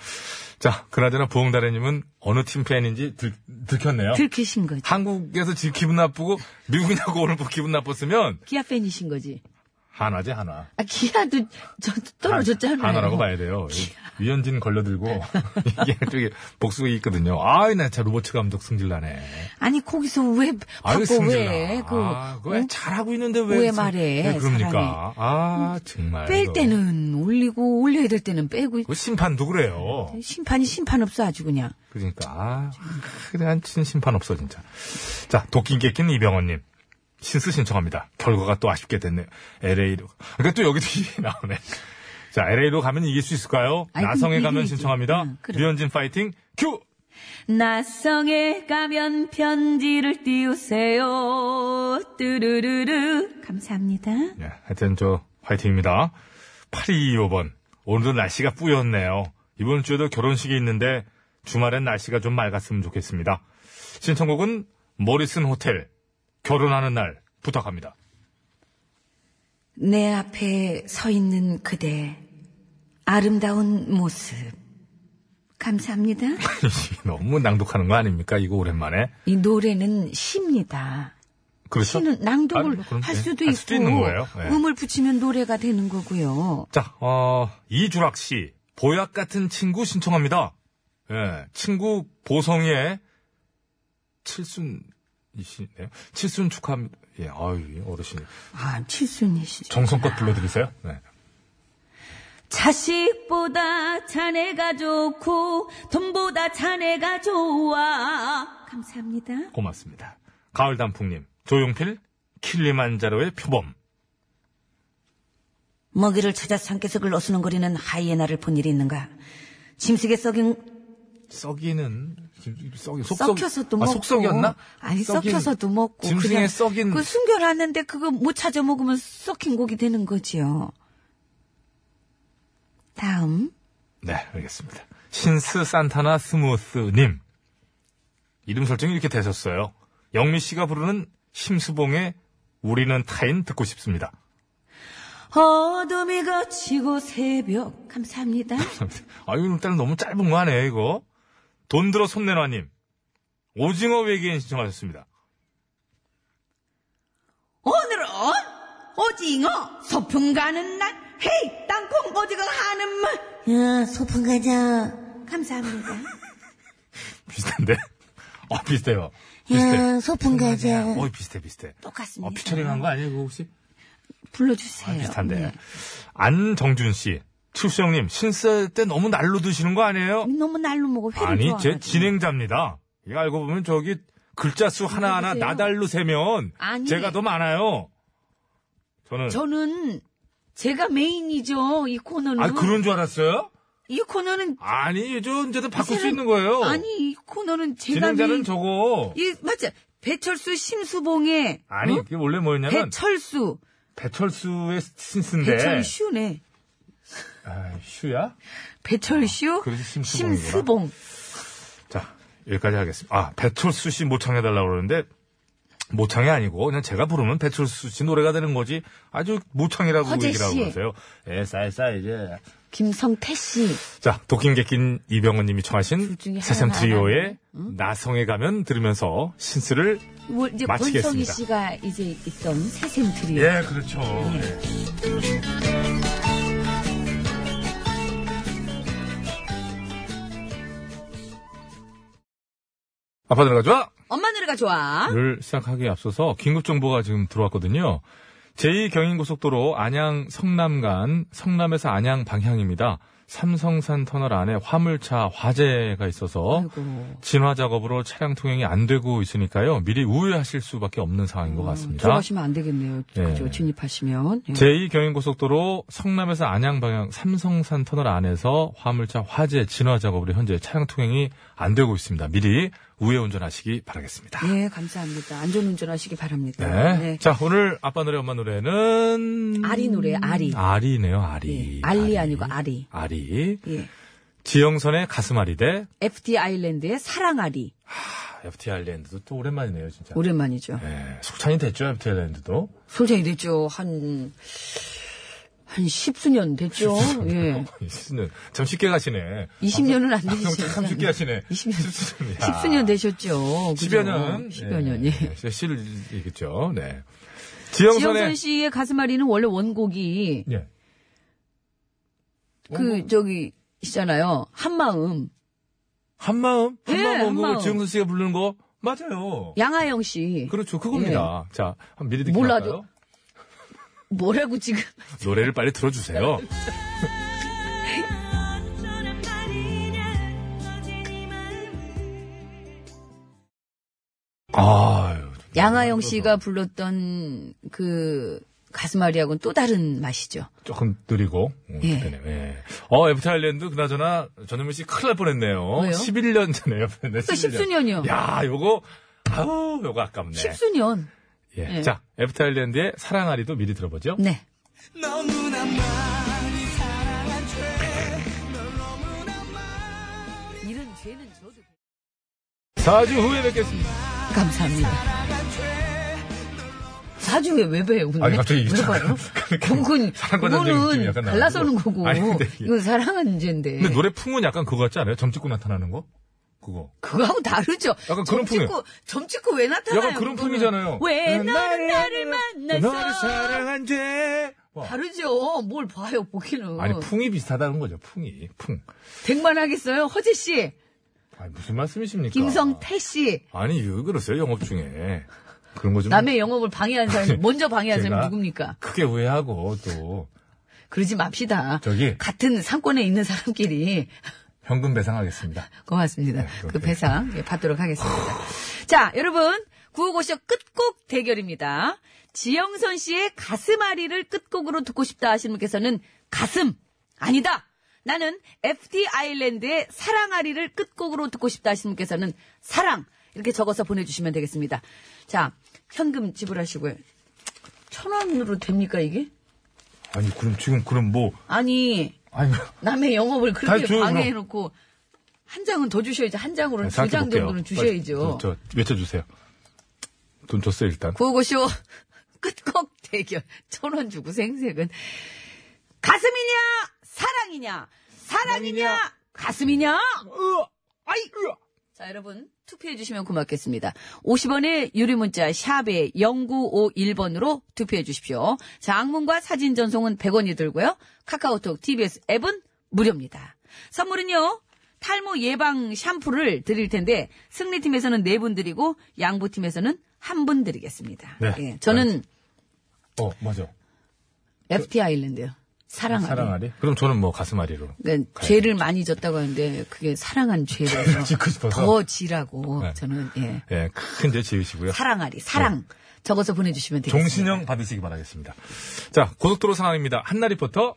[SPEAKER 3] 자, 그나저나 부엉다래님은 어느 팀 팬인지 들, 들켰네요.
[SPEAKER 4] 들키신 거죠.
[SPEAKER 3] 한국에서 지 기분 나쁘고 미국이냐고 오늘 뭐 기분 나빴으면
[SPEAKER 10] 기아 팬이신 거지.
[SPEAKER 3] 한화지 한화.
[SPEAKER 10] 아, 기아도 저 떨어졌잖아요.
[SPEAKER 3] 한- 한화라고 봐야 돼요. 네. 위현진 걸려들고 이게 저기 복수가 있거든요. 아이 나차 로버츠 감독 승질나네.
[SPEAKER 4] 아니 거기서 왜
[SPEAKER 3] 아유
[SPEAKER 4] 바꿔
[SPEAKER 3] 승질나.
[SPEAKER 4] 왜그
[SPEAKER 3] 아, 그거 잘하고 있는데 왜?
[SPEAKER 4] 왜
[SPEAKER 3] 승-
[SPEAKER 4] 말해,
[SPEAKER 3] 왜 그럽니까? 아 정말.
[SPEAKER 4] 뺄
[SPEAKER 3] 이거.
[SPEAKER 4] 때는 올리고 올려야 될 때는 빼고
[SPEAKER 3] 그 심판도 그래요.
[SPEAKER 4] 네. 심판이 심판 없어 아주 그냥
[SPEAKER 3] 그러니까 아 그래 한친 심판 없어 진짜. 자 도끼 깨낀 이병헌님 신스 신청합니다. 결과가 또 아쉽게 됐네요. LA로. 그러니까 또 여기도 이 나오네. 자 LA로 가면 이길 수 있을까요?
[SPEAKER 4] 아이고,
[SPEAKER 3] 나성에 가면
[SPEAKER 4] 이기지.
[SPEAKER 3] 신청합니다.
[SPEAKER 4] 응, 그래.
[SPEAKER 3] 류현진 파이팅 큐.
[SPEAKER 10] 낯성에 가면 편지를 띄우세요. 뚜루루루. 감사합니다.
[SPEAKER 3] 예, 하여튼 저 화이팅입니다. 8225번 오늘도 날씨가 뿌였네요. 이번 주에도 결혼식이 있는데 주말엔 날씨가 좀 맑았으면 좋겠습니다. 신청곡은 모리슨 호텔 결혼하는 날 부탁합니다.
[SPEAKER 4] 내 앞에 서 있는 그대 아름다운 모습 감사합니다.
[SPEAKER 3] 너무 낭독하는 거 아닙니까? 이거 오랜만에.
[SPEAKER 4] 이 노래는 시입니다.
[SPEAKER 3] 그렇죠?
[SPEAKER 4] 시는 낭독을
[SPEAKER 3] 아, 그럼
[SPEAKER 4] 할
[SPEAKER 3] 네,
[SPEAKER 4] 수도
[SPEAKER 3] 할
[SPEAKER 4] 있고
[SPEAKER 3] 수도 있는 거예요. 네.
[SPEAKER 4] 음을 붙이면 노래가 되는 거고요.
[SPEAKER 3] 자, 어, 이주락 씨, 보약 같은 친구 신청합니다. 예, 친구 보성의 칠순이시네요. 칠순 축하합니다. 예, 아유, 어르신.
[SPEAKER 4] 아 칠순이시죠.
[SPEAKER 3] 정성껏 불러드리세요. 네.
[SPEAKER 10] 자식보다 자네가 좋고 돈보다 자네가 좋아. 감사합니다.
[SPEAKER 3] 고맙습니다. 가을 단풍님, 조용필, 킬리만자로의 표범.
[SPEAKER 4] 먹이를 찾아 산기슭을 어수선거리는 하이에나를 본 일이 있는가? 짐승의 썩인
[SPEAKER 3] 썩이는, 썩이,
[SPEAKER 4] 썩혀서도 먹고 아니 썩혀서도 먹고
[SPEAKER 3] 아, 짐승의 썩인.
[SPEAKER 4] 그 숨겨놨는데 그거 못 찾아 먹으면 썩힌 고기 되는 거지요. 다음
[SPEAKER 3] 네, 알겠습니다. 신스 산타나 스무스님. 이름 설정이 이렇게 되셨어요. 영미 씨가 부르는 심수봉의 우리는 타인 듣고 싶습니다.
[SPEAKER 10] 어둠이 걷히고 새벽. 감사합니다.
[SPEAKER 3] 아, 이거 일단 너무 짧은 거 하네, 이거. 돈 들어 손내놔님. 오징어 외계인 신청하셨습니다.
[SPEAKER 10] 오늘은 오징어 소풍 가는 날. 헤이 땅콩 오징어 하는 말.
[SPEAKER 4] 야 소풍 가자.
[SPEAKER 10] 감사합니다.
[SPEAKER 3] 비슷한데? 어, 비슷해요. 비슷해.
[SPEAKER 4] 소풍 가자.
[SPEAKER 3] 어, 비슷해, 비슷해.
[SPEAKER 4] 예, 네, 똑같습니다.
[SPEAKER 3] 어, 피처링 한 거 아니에요, 그거 혹시?
[SPEAKER 4] 불러주세요.
[SPEAKER 3] 비슷한데.
[SPEAKER 4] 네.
[SPEAKER 3] 안정준 씨. 출수형님, 신세 때 너무 날로 드시는 거 아니에요?
[SPEAKER 4] 너무 날로 먹어 회를
[SPEAKER 3] 아니, 제
[SPEAKER 4] 음, 좋아하거든요.
[SPEAKER 3] 진행자입니다. 이거 알고 보면 저기 글자 수 하나하나
[SPEAKER 4] 보세요.
[SPEAKER 3] 나달로 세면
[SPEAKER 4] 아, 아니.
[SPEAKER 3] 제가 더 많아요. 저는.
[SPEAKER 4] 저는 제가 메인이죠 이 코너는.
[SPEAKER 3] 아, 그런 줄 알았어요?
[SPEAKER 4] 이 코너는
[SPEAKER 3] 아니, 저 언제든 바꿀 수
[SPEAKER 4] 사람-
[SPEAKER 3] 있는 거예요.
[SPEAKER 4] 아니 이 코너는 제가
[SPEAKER 3] 진행자는
[SPEAKER 4] 메인.
[SPEAKER 3] 저거.
[SPEAKER 4] 이 맞죠 배철수 심수봉의 어?
[SPEAKER 3] 아니, 그게 원래 뭐였냐면
[SPEAKER 4] 배철수
[SPEAKER 3] 배철... 수의 신스인데.
[SPEAKER 4] 배철슈네.
[SPEAKER 3] 아, 슈야?
[SPEAKER 4] 배철슈,
[SPEAKER 3] 아, 그래서 심수봉이구나.
[SPEAKER 4] 심수봉.
[SPEAKER 3] 자, 여기까지 하겠습니다. 아, 배철수 씨 모창해달라고 그러는데, 모창이 아니고, 그냥 제가 부르면 배철수 씨 노래가 되는 거지, 아주 모창이라고
[SPEAKER 4] 허재
[SPEAKER 3] 얘기를 하고
[SPEAKER 4] 씨.
[SPEAKER 3] 그러세요. 예, 싸이싸, 이제.
[SPEAKER 4] 김성태 씨.
[SPEAKER 3] 자, 도킹객긴 이병헌 님이 청하신
[SPEAKER 4] 둘 중에
[SPEAKER 3] 새샘
[SPEAKER 4] 하나
[SPEAKER 3] 트리오의 나성에 가면 들으면서 신스를
[SPEAKER 4] 뭐, 이제
[SPEAKER 3] 마치겠습니다.
[SPEAKER 4] 권성희 씨가 이제 있던 새샘 트리오.
[SPEAKER 3] 예, 그렇죠. 아빠 들어가 좋아!
[SPEAKER 10] 엄마 노래가 좋아.
[SPEAKER 3] 를 시작하기에 앞서서 긴급 정보가 지금 들어왔거든요. 제2경인고속도로 안양 성남 간 성남에서 안양 방향입니다. 삼성산 터널 안에 화물차 화재가 있어서
[SPEAKER 4] 아이고.
[SPEAKER 3] 진화 작업으로 차량 통행이 안 되고 있으니까요. 미리 우회하실 수밖에 없는 상황인 것
[SPEAKER 4] 음,
[SPEAKER 3] 같습니다.
[SPEAKER 4] 들어가시면 안 되겠네요.
[SPEAKER 3] 예.
[SPEAKER 4] 그죠. 진입하시면. 예.
[SPEAKER 3] 제2경인고속도로 성남에서 안양 방향 삼성산 터널 안에서 화물차 화재 진화 작업으로 현재 차량 통행이 안 되고 있습니다. 미리 우회 운전하시기 바라겠습니다.
[SPEAKER 4] 예, 감사합니다. 안전운전 하시기 바랍니다.
[SPEAKER 3] 네.
[SPEAKER 4] 네.
[SPEAKER 3] 자, 오늘 아빠 노래, 엄마 노래는.
[SPEAKER 4] 아리 노래, 아리.
[SPEAKER 3] 음. 아리네요, 아리.
[SPEAKER 4] 예, 알리 아니고 아리.
[SPEAKER 3] 아리.
[SPEAKER 4] 예.
[SPEAKER 3] 지영선의 가슴아리 대
[SPEAKER 4] FT 아일랜드의 사랑아리.
[SPEAKER 3] FT 아일랜드도 또 오랜만이네요, 진짜.
[SPEAKER 4] 오랜만이죠.
[SPEAKER 3] 예, 숙찬이 됐죠, FT 아일랜드도.
[SPEAKER 4] 솔직히 됐죠. 한, 한 십수년 됐죠. 예.
[SPEAKER 3] 어, 이수는 참 쉽게 가시네.
[SPEAKER 4] 20년은 안
[SPEAKER 3] 방송
[SPEAKER 4] 되시죠.
[SPEAKER 3] 참 쉽게 하시네.
[SPEAKER 4] 20년.
[SPEAKER 3] 10수년.
[SPEAKER 4] 십수년 되셨죠.
[SPEAKER 3] 10여 아. 년.
[SPEAKER 4] 10여 년, 예.
[SPEAKER 3] 예. 씨를 읽겠죠, 네. 지영선의.
[SPEAKER 4] 지영선 씨의 가슴앓이는 원래 원곡이
[SPEAKER 3] 예.
[SPEAKER 4] 그, 저기, 있잖아요. 한마음.
[SPEAKER 3] 한마음?
[SPEAKER 4] 예,
[SPEAKER 3] 한마음 원곡을
[SPEAKER 4] 한마음.
[SPEAKER 3] 지영선 씨가 부르는 거? 맞아요.
[SPEAKER 4] 양아영 씨.
[SPEAKER 3] 그렇죠, 그겁니다. 자, 한번 미리 듣기
[SPEAKER 4] 예. 몰라도-
[SPEAKER 3] 할까요?
[SPEAKER 4] 뭐라고 지금.
[SPEAKER 3] 노래를 빨리 들어주세요. 아유.
[SPEAKER 4] 양아영 씨가 불렀던 그, 가슴앓이하고는 또 다른 맛이죠.
[SPEAKER 3] 조금 느리고. 음,
[SPEAKER 4] 예.
[SPEAKER 3] 그러네, 예. 어, 애프터 아일랜드, 그나저나, 전현민 씨 큰일 날 뻔했네요.
[SPEAKER 4] 왜요?
[SPEAKER 3] 11년 전에 였었네, 11년.
[SPEAKER 4] 그 십수년이요.
[SPEAKER 3] 야, 요거, 아우, 요거 아깝네.
[SPEAKER 4] 십수년.
[SPEAKER 3] 예.
[SPEAKER 4] 예.
[SPEAKER 3] 자, 애프터 아일랜드의 사랑아리도 미리 들어보죠.
[SPEAKER 4] 네. 이런 죄는 저도
[SPEAKER 3] 4주 후에 뵙겠습니다.
[SPEAKER 4] 감사합니다. 사주에 왜 배요? 근데?
[SPEAKER 3] 아니, 갑자기 이게
[SPEAKER 4] 왜
[SPEAKER 3] 좀
[SPEAKER 4] 봐요?
[SPEAKER 3] 약간
[SPEAKER 4] 그건
[SPEAKER 3] 사랑받는 느낌이
[SPEAKER 4] 그거는
[SPEAKER 3] 약간 나는데.
[SPEAKER 4] 갈라서는 거고
[SPEAKER 3] 아니, 근데 이게-
[SPEAKER 4] 이건 사랑은 죄인데
[SPEAKER 3] 근데 노래 풍은 약간 그거 같지 않아요? 점 찍고 나타나는 거? 그거.
[SPEAKER 4] 그거하고 다르죠.
[SPEAKER 3] 약간
[SPEAKER 4] 점
[SPEAKER 3] 그런 풍이에요.
[SPEAKER 4] 찍고 점 찍고 왜 나타나요?
[SPEAKER 3] 약간 그런
[SPEAKER 4] 그거는?
[SPEAKER 3] 풍이잖아요.
[SPEAKER 4] 왜
[SPEAKER 3] 난
[SPEAKER 4] 나를
[SPEAKER 3] 나를
[SPEAKER 4] 나를
[SPEAKER 3] 너를
[SPEAKER 4] 만났어?
[SPEAKER 3] 사랑한 죄. 와.
[SPEAKER 4] 다르죠. 뭘 봐요 보기는.
[SPEAKER 3] 아니 풍이 비슷하다는 거죠. 풍이 풍.
[SPEAKER 4] 백만 하겠어요. 허재 씨,
[SPEAKER 3] 아니, 무슨 말씀이십니까?
[SPEAKER 4] 김성태 씨.
[SPEAKER 3] 아니 왜 그러세요 영업 중에 그런 거 좀
[SPEAKER 4] 남의 영업을 방해한 사람이 먼저 방해한
[SPEAKER 3] 제가-
[SPEAKER 4] 사람이 누굽니까?
[SPEAKER 3] 크게 후회하고 또
[SPEAKER 4] 그러지 맙시다.
[SPEAKER 3] 저기-
[SPEAKER 4] 같은 상권에 있는 사람끼리
[SPEAKER 3] 현금 배상하겠습니다.
[SPEAKER 4] 고맙습니다.
[SPEAKER 3] 네,
[SPEAKER 4] 그
[SPEAKER 3] 그렇게.
[SPEAKER 4] 배상 예, 받도록 하겠습니다. 자, 여러분. 구호고쇼 끝곡 대결입니다. 지영선 씨의 가슴앓이를 끝곡으로 듣고 싶다 하시는 분께서는 가슴! 아니다! 나는 FT 아일랜드의 사랑아리를 끝곡으로 듣고 싶다 하시는 분께서는 사랑! 이렇게 적어서 보내주시면 되겠습니다. 자, 현금 지불하시고요. 천 원으로 됩니까, 이게?
[SPEAKER 3] 아니 그럼 지금 그럼 뭐
[SPEAKER 4] 아니,
[SPEAKER 3] 아니
[SPEAKER 4] 남의 영업을
[SPEAKER 3] 다시
[SPEAKER 4] 그렇게
[SPEAKER 3] 줘요, 그럼.
[SPEAKER 4] 방해해놓고 한 장은 더 주셔야지 한 장으로는 두 장
[SPEAKER 3] 네, 생각해볼게요.
[SPEAKER 4] 정도는
[SPEAKER 3] 빨리
[SPEAKER 4] 주셔야죠.
[SPEAKER 3] 저, 저 외쳐주세요. 돈 줬어요 일단.
[SPEAKER 4] 구호고쇼 끝곡 대결 천 원 주고 생색은 가슴이냐 사랑이냐 사랑이냐 가슴이냐 아이 자 여러분 투표해 주시면 고맙겠습니다. 50원의 유료 문자 샵에 0951번으로 투표해 주십시오. 자 악문과 사진 전송은 100원이 들고요. 카카오톡 TBS 앱은 무료입니다. 선물은요. 탈모 예방 샴푸를 드릴 텐데 승리팀에서는 네 분 드리고 양보팀에서는 한 분 드리겠습니다.
[SPEAKER 3] 네.
[SPEAKER 4] 예, 저는
[SPEAKER 3] 어 맞아.
[SPEAKER 4] FT 아일랜드요. 사랑하리.
[SPEAKER 3] 사랑아리? 그럼 저는 뭐 가슴아리로.
[SPEAKER 4] 그러니까 죄를 많이 졌다고 하는데 그게 사랑한 죄라서
[SPEAKER 3] 짓고 싶어서.
[SPEAKER 4] 더 지라고
[SPEAKER 3] 네.
[SPEAKER 4] 저는 예.
[SPEAKER 3] 예, 큰죄 지으시고요.
[SPEAKER 4] 사랑아리 사랑 적어서 보내주시면 되겠습니다.
[SPEAKER 3] 네. 종신형 받으시기 바라겠습니다. 자, 고속도로 상황입니다. 한나 리포터.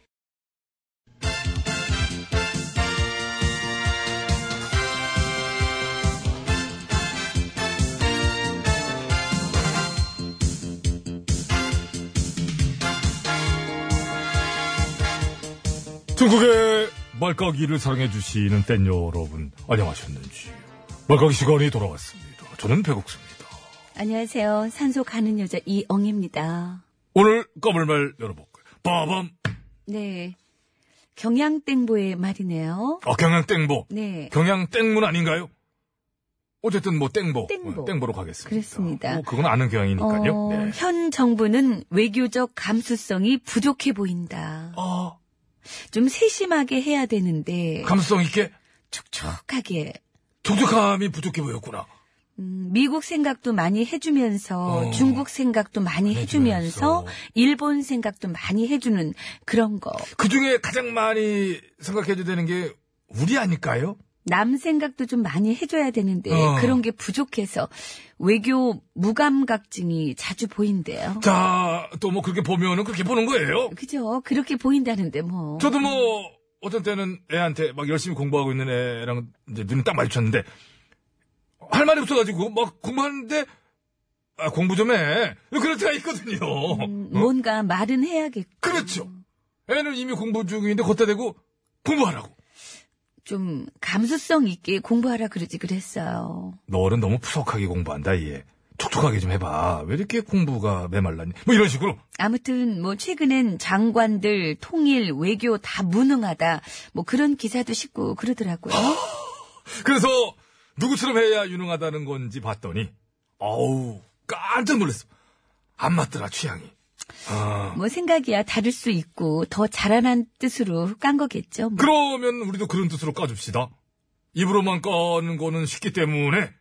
[SPEAKER 3] 중국의 말까기를 사랑해주시는 팬 여러분, 안녕하셨는지. 말까기 시간이 돌아왔습니다. 저는 배국수입니다.
[SPEAKER 4] 안녕하세요. 산소 가는 여자 이엉입니다.
[SPEAKER 3] 오늘 까불말 열어볼까요? 빠밤!
[SPEAKER 4] 네. 경양땡보의 말이네요.
[SPEAKER 3] 아, 경양 땡보.
[SPEAKER 4] 네.
[SPEAKER 3] 경양 땡문 아닌가요? 어쨌든 뭐 땡보.
[SPEAKER 4] 땡보.
[SPEAKER 3] 어, 땡보로 가겠습니다.
[SPEAKER 4] 그렇습니다.
[SPEAKER 3] 뭐 그건 아는 경향이니까요.
[SPEAKER 4] 어,
[SPEAKER 3] 네.
[SPEAKER 4] 현 정부는 외교적 감수성이 부족해 보인다.
[SPEAKER 3] 아,
[SPEAKER 4] 좀 세심하게 해야 되는데
[SPEAKER 3] 감수성 있게
[SPEAKER 4] 촉촉하게
[SPEAKER 3] 촉촉함이 부족해 보였구나.
[SPEAKER 4] 음, 미국 생각도 많이 해주면서
[SPEAKER 3] 어.
[SPEAKER 4] 중국 생각도 많이
[SPEAKER 3] 해주면서.
[SPEAKER 4] 해주면서 일본 생각도 많이 해주는 그런 거.
[SPEAKER 3] 그 중에 가장 많이 생각해야 되는 게 우리 아닐까요?
[SPEAKER 4] 남 생각도 좀 많이 해줘야 되는데
[SPEAKER 3] 어.
[SPEAKER 4] 그런 게 부족해서 외교 무감각증이 자주 보인대요.
[SPEAKER 3] 자, 또 뭐 그렇게 보면은 그렇게 보는 거예요.
[SPEAKER 4] 그죠? 그렇게 보인다는데 뭐.
[SPEAKER 3] 저도 뭐 어떤 때는 애한테 막 열심히 공부하고 있는 애랑 이제 눈이 딱 마주쳤는데 할 말이 없어가지고 막 공부하는데 아, 공부 좀 해. 그럴 때가 있거든요.
[SPEAKER 4] 음,
[SPEAKER 3] 어?
[SPEAKER 4] 뭔가 말은 해야겠고
[SPEAKER 3] 그렇죠. 애는 이미 공부 중인데 걷다 대고 공부하라고.
[SPEAKER 4] 좀 감수성 있게 공부하라 그러지 그랬어요.
[SPEAKER 3] 너는 너무 푸석하게 공부한다, 얘. 촉촉하게 좀 해봐. 왜 이렇게 공부가 메말랐니? 뭐 이런 식으로.
[SPEAKER 4] 아무튼 뭐 최근엔 장관들 통일 외교 다 무능하다 뭐 그런 기사도 싣고 그러더라고요.
[SPEAKER 3] 그래서 누구처럼 해야 유능하다는 건지 봤더니, 어우, 깜짝 놀랐어. 안 맞더라, 취향이. 아.
[SPEAKER 4] 뭐 생각이야 다를 수 있고 더 잘하는 뜻으로 깐 거겠죠. 뭐.
[SPEAKER 3] 그러면 우리도 그런 뜻으로 까줍시다. 입으로만 까는 거는 쉽기 때문에,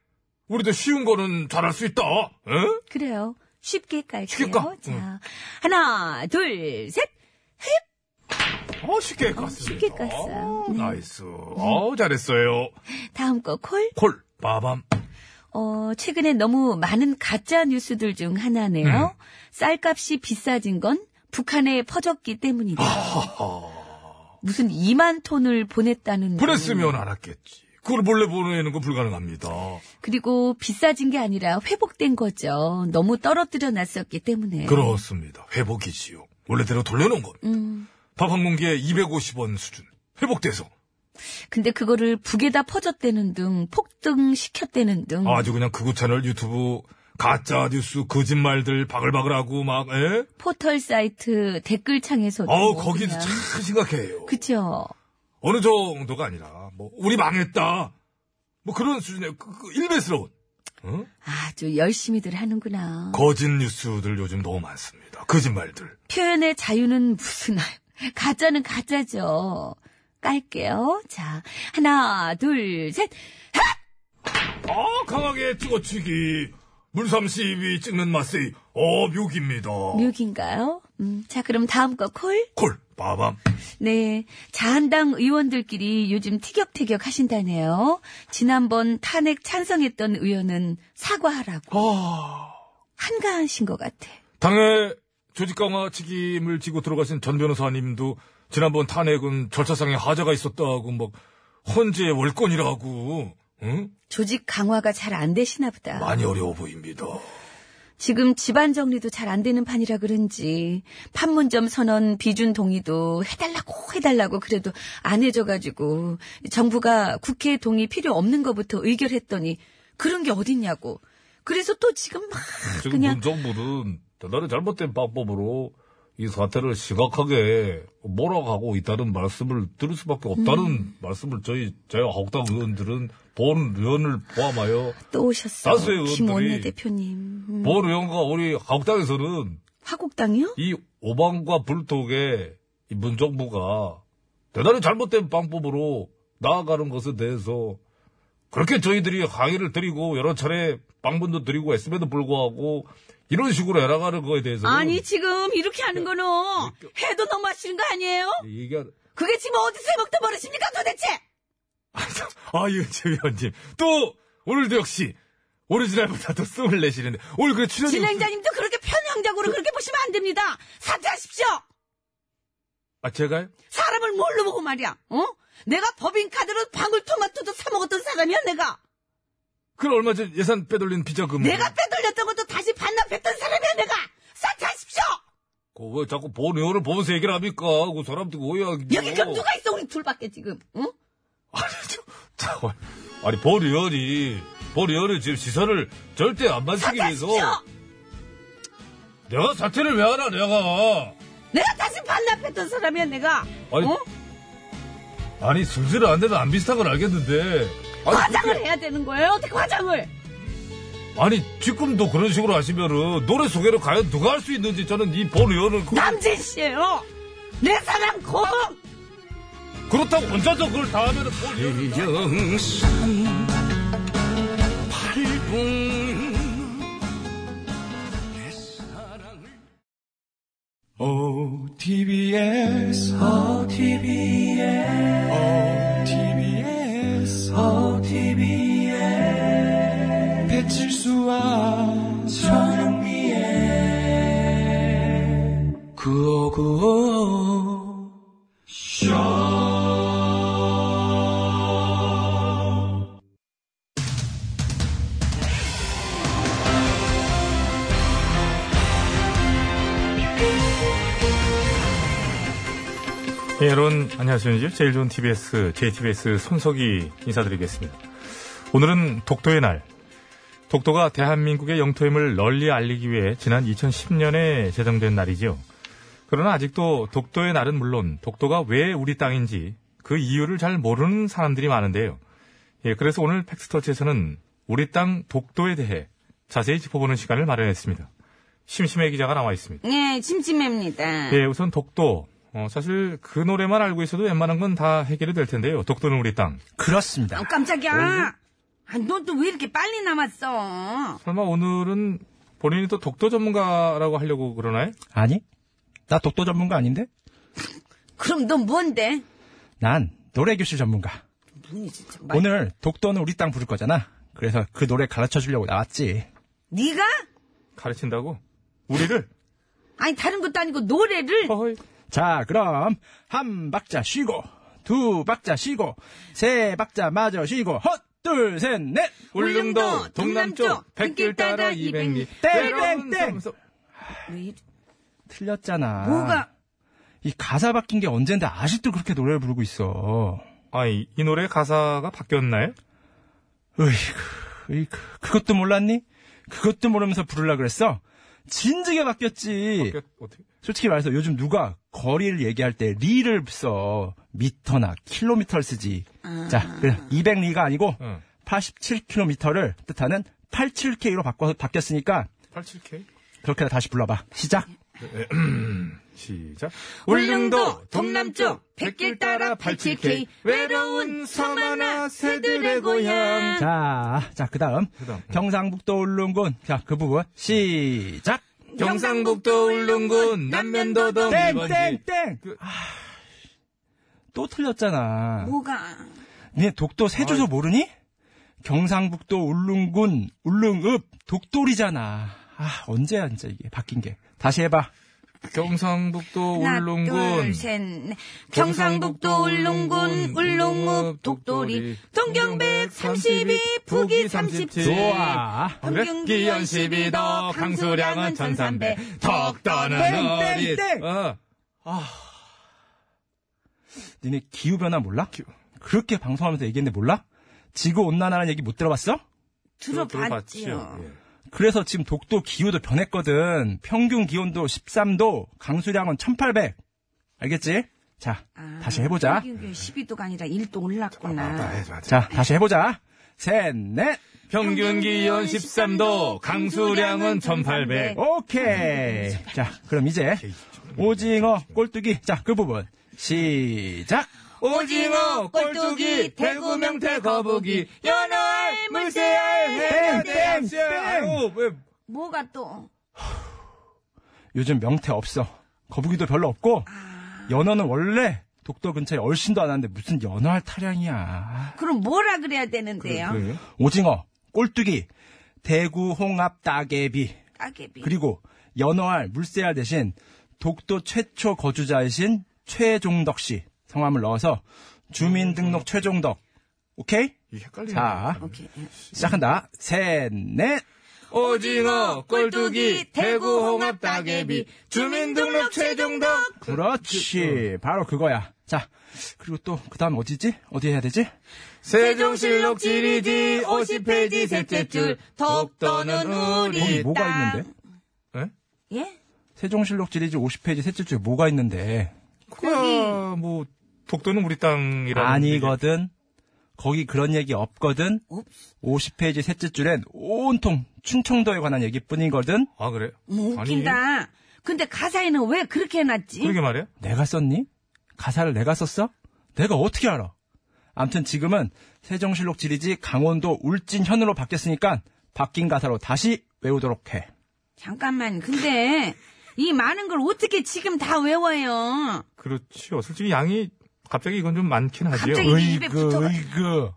[SPEAKER 3] 우리도 쉬운 거는 잘할 수 있다. 에?
[SPEAKER 4] 그래요. 쉽게 깔게요.
[SPEAKER 3] 쉽게 까.
[SPEAKER 4] 자,
[SPEAKER 3] 응.
[SPEAKER 4] 하나, 둘, 셋.
[SPEAKER 3] 어, 쉽게 깠습니다.
[SPEAKER 4] 쉽게 깠어요.
[SPEAKER 3] 아, 나이스. 아우, 잘했어요.
[SPEAKER 4] 다음 거 콜.
[SPEAKER 3] 콜, 빠밤.
[SPEAKER 4] 어, 최근에 너무 많은 가짜 뉴스들 중
[SPEAKER 3] 음.
[SPEAKER 4] 하나네요. 쌀값이 비싸진 건 북한에 퍼졌기 때문이다. 무슨 2만 톤을 보냈다는
[SPEAKER 3] 보냈으면 알았겠지. 그걸 몰래 보내는 건 불가능합니다.
[SPEAKER 4] 그리고 비싸진 게 아니라 회복된 거죠. 너무 떨어뜨려 놨었기 때문에.
[SPEAKER 3] 그렇습니다. 회복이지요. 원래대로 돌려놓은 건.
[SPEAKER 4] 음.
[SPEAKER 3] 밥 한 공기에 250원 수준. 회복돼서.
[SPEAKER 4] 근데 그거를 북에다 퍼졌다는 등 폭등시켰다는 등
[SPEAKER 3] 아주 그냥 극우 채널 유튜브 가짜 뉴스 거짓말들 바글바글하고 막, 에?
[SPEAKER 4] 포털 사이트 댓글창에서도
[SPEAKER 3] 아우,
[SPEAKER 4] 뭐
[SPEAKER 3] 거기도
[SPEAKER 4] 그냥.
[SPEAKER 3] 참 심각해요.
[SPEAKER 4] 그쵸.
[SPEAKER 3] 어느 정도가 아니라, 뭐, 우리 망했다. 뭐 그런 수준의 그, 그 일배스러운. 응?
[SPEAKER 4] 아주 열심히들 하는구나.
[SPEAKER 3] 거짓 뉴스들 요즘 너무 많습니다. 거짓말들.
[SPEAKER 4] 표현의 자유는 무슨 아유, 가짜는 가짜죠. 깔게요. 자, 하나, 둘, 셋.
[SPEAKER 3] 아, 강하게 찍어치기. 물삼 시위 찍는 맛의 어, 묘기입니다.
[SPEAKER 4] 묘기인가요? 음, 자, 그럼 다음 거 콜.
[SPEAKER 3] 콜, 빠밤.
[SPEAKER 4] 네. 자한당 의원들끼리 요즘 티격태격 하신다네요. 지난번 탄핵 찬성했던 의원은 사과하라고. 한가하신 것 같아.
[SPEAKER 3] 아. 당의 조직 강화 책임을 지고 들어가신 전 변호사님도 지난번 탄핵은 절차상에 하자가 있었다고 막 헌재 월권이라고 응?
[SPEAKER 4] 조직 강화가 잘 안 되시나 보다.
[SPEAKER 3] 많이 어려워 보입니다.
[SPEAKER 4] 지금 집안 정리도 잘 안 되는 판이라 그런지 판문점 선언 비준 동의도 해달라고 해달라고 그래도 안 해줘가지고 정부가 국회 동의 필요 없는 것부터 의결했더니 그런 게 어딨냐고 그래서 또 지금 막
[SPEAKER 3] 음, 지금
[SPEAKER 4] 그냥
[SPEAKER 3] 문정부는 대단히 잘못된 방법으로 이 사태를 심각하게 몰아가고 있다는 말씀을 들을 수밖에 없다는 말씀을 저희 자유한국당 의원들은 본 의원을 포함하여
[SPEAKER 4] 또
[SPEAKER 3] 다수의
[SPEAKER 4] 오셨어요
[SPEAKER 3] 의원들이-
[SPEAKER 4] 김 원내대표님 음.
[SPEAKER 3] 본 의원과 우리 한국당에서는
[SPEAKER 4] 화곡당이요?
[SPEAKER 3] 이 오방과 불독에 이 문정부가 대단히 잘못된 방법으로 나아가는 것에 대해서 그렇게 저희들이 항의를 드리고 여러 차례 방문도 드리고 했음에도 불구하고 이런 식으로 해나가는 그러니까. 거에 대해서
[SPEAKER 11] 아니 지금 이렇게 하는 거는 해도 너무 하시는 거 아니에요?
[SPEAKER 3] 얘기하
[SPEAKER 11] 그게 지금 어디서 해먹던 버릇입니까 도대체?
[SPEAKER 3] 아, 윤재 위원님. 또, 오늘도 역시, 오리지널보다 더 씀을 내시는데, 오늘 그 출연이.
[SPEAKER 11] 진행자님도 그렇게 편향적으로 그렇게 보시면 안 됩니다. 사퇴하십시오.
[SPEAKER 3] 아, 제가요?
[SPEAKER 11] 사람을 뭘로 보고 말이야. 어? 내가 법인카드로 방울토마토도 사 먹었던 사람이야 내가.
[SPEAKER 3] 그럼 얼마 전 예산 빼돌린 비자금.
[SPEAKER 11] 내가 빼돌렸던 것도 다시 반납했던 사람이야 내가. 사퇴하십시오.
[SPEAKER 3] 그왜 자꾸 본 의원을 보면서 얘기를 합니까? 그 사람들 오해하기.
[SPEAKER 11] 여기 그럼 누가 있어 우리 둘밖에 지금. 응?
[SPEAKER 3] 아니, 저, 저, 아니, 본 의원이, 본 의원은 지금 시선을 절대 안 맞추기 위해서.
[SPEAKER 11] 사퇴하십시오.
[SPEAKER 3] 내가 사퇴를 왜 하나, 내가.
[SPEAKER 11] 내가 다시 반납했던 사람이야 내가.
[SPEAKER 3] 아니,
[SPEAKER 11] 어?
[SPEAKER 3] 아니, 승질 안 되면 안 비슷한 건 알겠는데. 아니,
[SPEAKER 11] 그 화장을 해야 되는 거예요? 어떻게 화장을?
[SPEAKER 3] 아니 지금도 그런 식으로 하시면은 노래 소개를 과연 누가 할 수 있는지 저는 이 본 의원을 그,
[SPEAKER 11] 남진 씨예요. 내 사랑 공.
[SPEAKER 3] 그렇다고 혼자서 그걸 다 하면은 본 의원
[SPEAKER 7] 영산 팔봉 내 사랑을 OTBS 어, OTBS OTBS OTBS 배칠수와 전영미의 구호구호
[SPEAKER 3] 예, 여러분 안녕하십니까? 제일 좋은 TBS, JTBS 손석희 인사드리겠습니다. 오늘은 독도의 날. 독도가 대한민국의 영토임을 널리 알리기 위해 지난 2010년에 제정된 날이죠. 그러나 아직도 독도의 날은 물론 독도가 왜 우리 땅인지 그 이유를 잘 모르는 사람들이 많은데요. 예, 그래서 오늘 팩스터치에서는 우리 땅 독도에 대해 자세히 짚어보는 시간을 마련했습니다. 심심해 기자가 나와 있습니다.
[SPEAKER 11] 예,
[SPEAKER 4] 네, 찜찜합니다.
[SPEAKER 3] 예, 우선 독도. 어, 사실 그 노래만 알고 있어도 웬만한 건 다 해결이 될 텐데요. 독도는 우리 땅.
[SPEAKER 4] 아,
[SPEAKER 11] 어,
[SPEAKER 12] 그렇습니다.
[SPEAKER 4] 깜짝이야. 아, 넌또 왜 이렇게 빨리 남았어?
[SPEAKER 3] 설마 오늘은 본인이 또 독도 전문가라고 하려고 그러나요?
[SPEAKER 12] 아니, 나 독도 전문가 아닌데?
[SPEAKER 4] 그럼 넌 뭔데?
[SPEAKER 12] 난 노래 교실 전문가.
[SPEAKER 4] 눈이 진짜 말...
[SPEAKER 12] 오늘 독도는 우리 땅 부를 거잖아. 그래서 그 노래 가르쳐 주려고 나왔지.
[SPEAKER 4] 네가?
[SPEAKER 3] 가르친다고? 우리를?
[SPEAKER 4] 아니 다른 것도 아니고 노래를
[SPEAKER 3] 허허이.
[SPEAKER 12] 자, 그럼 한 박자 쉬고, 두 박자 쉬고, 세 박자 마저 쉬고, 헛! 둘, 셋, 넷!
[SPEAKER 3] 울릉도 동남쪽 백길 따라 200리
[SPEAKER 12] 땡땡땡!
[SPEAKER 4] 왜 이래?
[SPEAKER 12] 틀렸잖아.
[SPEAKER 4] 뭐가
[SPEAKER 12] 이 가사 바뀐 게 언젠데 아직도 그렇게 노래를 부르고 있어.
[SPEAKER 3] 아이 이 노래 가사가 바뀌었나요?
[SPEAKER 12] 으이구, 으이구. 그것도 몰랐니? 그것도 모르면서 부르려 그랬어? 진즉에
[SPEAKER 4] 예.
[SPEAKER 12] 바뀌었지.
[SPEAKER 3] 바뀌었- 그러니까 어떻게?
[SPEAKER 12] 솔직히 말해서 요즘 누가 거리를 얘기할 때 리를 써. 미터나 킬로미터를 쓰지. 자, 그냥 200리가 아니고
[SPEAKER 3] 응.
[SPEAKER 12] 87킬로미터를 뜻하는 87K로 바꿔서 바뀌었으니까
[SPEAKER 3] 87K
[SPEAKER 12] 그렇게 다시 불러봐. 시작.
[SPEAKER 3] 시작.
[SPEAKER 4] 울릉도 동남쪽 백길 따라 87K 외로운 섬하나 새들의 고향
[SPEAKER 12] 자, 자, 그 다음.
[SPEAKER 3] 그다음, 응.
[SPEAKER 12] 경상북도 울릉군. 자, 그 부분. 시작.
[SPEAKER 3] 경상북도 울릉군 남면도동
[SPEAKER 7] 네.
[SPEAKER 12] 땡, 땡, 땡! 아, 또 틀렸잖아.
[SPEAKER 4] 뭐가
[SPEAKER 12] 니네 독도 세 주소 모르니? 경상북도 울릉군 울릉읍 독도리잖아. 아 언제 언제 이게 바뀐 게. 다시 해봐.
[SPEAKER 3] 경상북도
[SPEAKER 4] 하나
[SPEAKER 3] 울릉군
[SPEAKER 4] 둘셋 경상북도 울릉군 울릉읍 독도리 동경백 32 북이 37
[SPEAKER 12] 좋아.
[SPEAKER 4] 평균기 연12 더 강수량은 1300
[SPEAKER 3] 덕도는 어리
[SPEAKER 12] 땡, 땡.
[SPEAKER 3] 어.
[SPEAKER 12] 니네 기후 변화 몰라? 그렇게 방송하면서 얘기했는데 몰라? 지구 온난화라는 얘기 못 들어봤어?
[SPEAKER 4] 들어봤지요
[SPEAKER 3] 예.
[SPEAKER 12] 그래서 지금 독도 기후도 변했거든. 평균 기온도 13도, 강수량은 1800. 알겠지? 자,
[SPEAKER 4] 아,
[SPEAKER 12] 다시 해보자.
[SPEAKER 4] 여기, 여기 12도가 아니라 1도 올랐구나
[SPEAKER 12] 자, 다시 해보자. 셋, 넷.
[SPEAKER 3] 평균 기온 13도, 강수량은 1800.
[SPEAKER 12] 오케이. 자, 그럼 이제 오징어 꼴뚜기. 자, 그 부분. 시작.
[SPEAKER 4] 오징어, 꼴뚜기, 대구, 명태, 거북이, 연어알, 물새알,
[SPEAKER 12] 해녀, 땡, 땡.
[SPEAKER 3] 아유, 왜
[SPEAKER 4] 뭐가 또
[SPEAKER 12] 요즘 명태 없어. 거북이도 별로 없고
[SPEAKER 4] 아.
[SPEAKER 12] 연어는 원래 독도 근처에 얼씬도 안 하는데 무슨 연어할 타령이야.
[SPEAKER 4] 그럼 뭐라 그래야 되는데요
[SPEAKER 12] 오징어, 꼴뚜기, 대구 홍합 따개비
[SPEAKER 3] 네.
[SPEAKER 4] 따개비
[SPEAKER 12] 그리고 연어알, 물새알 대신 독도 최초 거주자이신 최종덕 씨 성함을 넣어서 주민등록 최종덕. 오케이?
[SPEAKER 3] 음. 이게 헷갈리네.
[SPEAKER 12] 자,
[SPEAKER 4] 오케이.
[SPEAKER 12] 시작한다. 셋, 넷.
[SPEAKER 3] 오징어, 꼴뚜기, 대구, 홍합, 따개비, 주민등록 최종덕. 네,
[SPEAKER 12] 그렇지. 바로 그거야. 자, 그리고 또, 그 다음 어디지? 어디 해야 되지?
[SPEAKER 3] 세종실록 지리지 50페이지 셋째 줄 독도는
[SPEAKER 12] 거기
[SPEAKER 3] 우리
[SPEAKER 12] 뭐가
[SPEAKER 4] 땅.
[SPEAKER 12] 있는데?
[SPEAKER 3] 에?
[SPEAKER 4] 예?
[SPEAKER 12] 세종실록 지리지 50페이지 셋째 줄에 뭐가 있는데?
[SPEAKER 3] 그야 뭐 독도는 우리 땅이라는
[SPEAKER 12] 아니거든. 거기 그런 얘기 없거든.
[SPEAKER 4] 없어.
[SPEAKER 12] 50페이지 셋째 줄엔 온통 충청도에 관한 얘기뿐이거든.
[SPEAKER 3] 얘기. 아 그래?
[SPEAKER 4] 뭐 웃긴다 근데 가사에는 왜 그렇게 해놨지
[SPEAKER 3] 그러게 말이야.
[SPEAKER 12] 내가 썼니? 가사를 내가 썼어? 내가 어떻게 알아? 암튼 지금은 세종실록 지리지 강원도 울진현으로 바뀌었으니까 바뀐 가사로 다시 외우도록 해.
[SPEAKER 4] 잠깐만 근데 이 많은 걸 어떻게 지금 다 외워요
[SPEAKER 3] 그렇죠. 솔직히 양이 갑자기 이건 좀 많긴 하지요.
[SPEAKER 4] 갑자기 이게 입에 붙어가-
[SPEAKER 12] 으이그.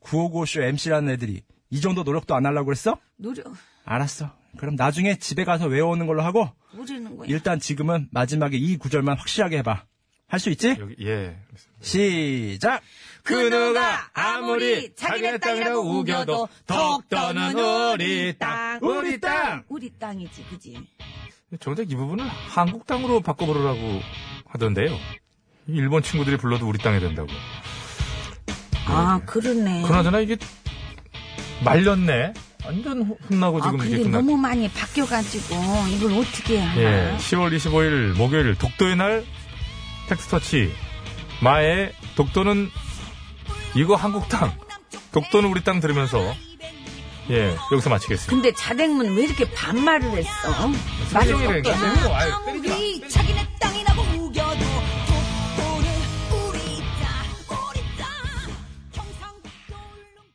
[SPEAKER 12] 구호고쇼 MC라는 애들이 이 정도 노력도 안 하려고 그랬어?
[SPEAKER 4] 노력
[SPEAKER 12] 알았어. 그럼 나중에 집에 가서 외워오는 걸로 하고
[SPEAKER 4] 모르는 거야
[SPEAKER 12] 일단 지금은 마지막에 이 구절만 확실하게 해봐. 할 수 있지?
[SPEAKER 3] 여기 예.
[SPEAKER 12] 시작!
[SPEAKER 3] 그누가 아무리 자기네 땅이라고 우겨도 독도는 우리 땅, 우리 땅.
[SPEAKER 4] 우리 땅이지 그지
[SPEAKER 3] 정작 이 부분을 한국 땅으로 바꿔보라고 하던데요. 일본 친구들이 불러도 우리 땅이 된다고.
[SPEAKER 4] 음. 아, 그러네.
[SPEAKER 3] 그나저나 이게 말렸네. 완전 혼- 혼나고
[SPEAKER 4] 아,
[SPEAKER 3] 지금 이게
[SPEAKER 4] 근데
[SPEAKER 3] 끝났.
[SPEAKER 4] 너무 많이 바뀌어가지고 이걸 어떻게 하나.
[SPEAKER 3] 예, 10월 25일 목요일 독도의 날 텍스터치 마의 독도는 이거 한국 땅, 독도는 우리 땅 들으면서 예 여기서 마치겠습니다.
[SPEAKER 4] 근데 자댕문 왜 이렇게 반말을 했어?
[SPEAKER 3] 선생님이라니까.
[SPEAKER 4] 맞아.
[SPEAKER 3] 선생님, 아유,
[SPEAKER 13] 아무리 자기네 땅이라고 우겨도 독도는 우리 땅 우리 땅 경상북도 울릉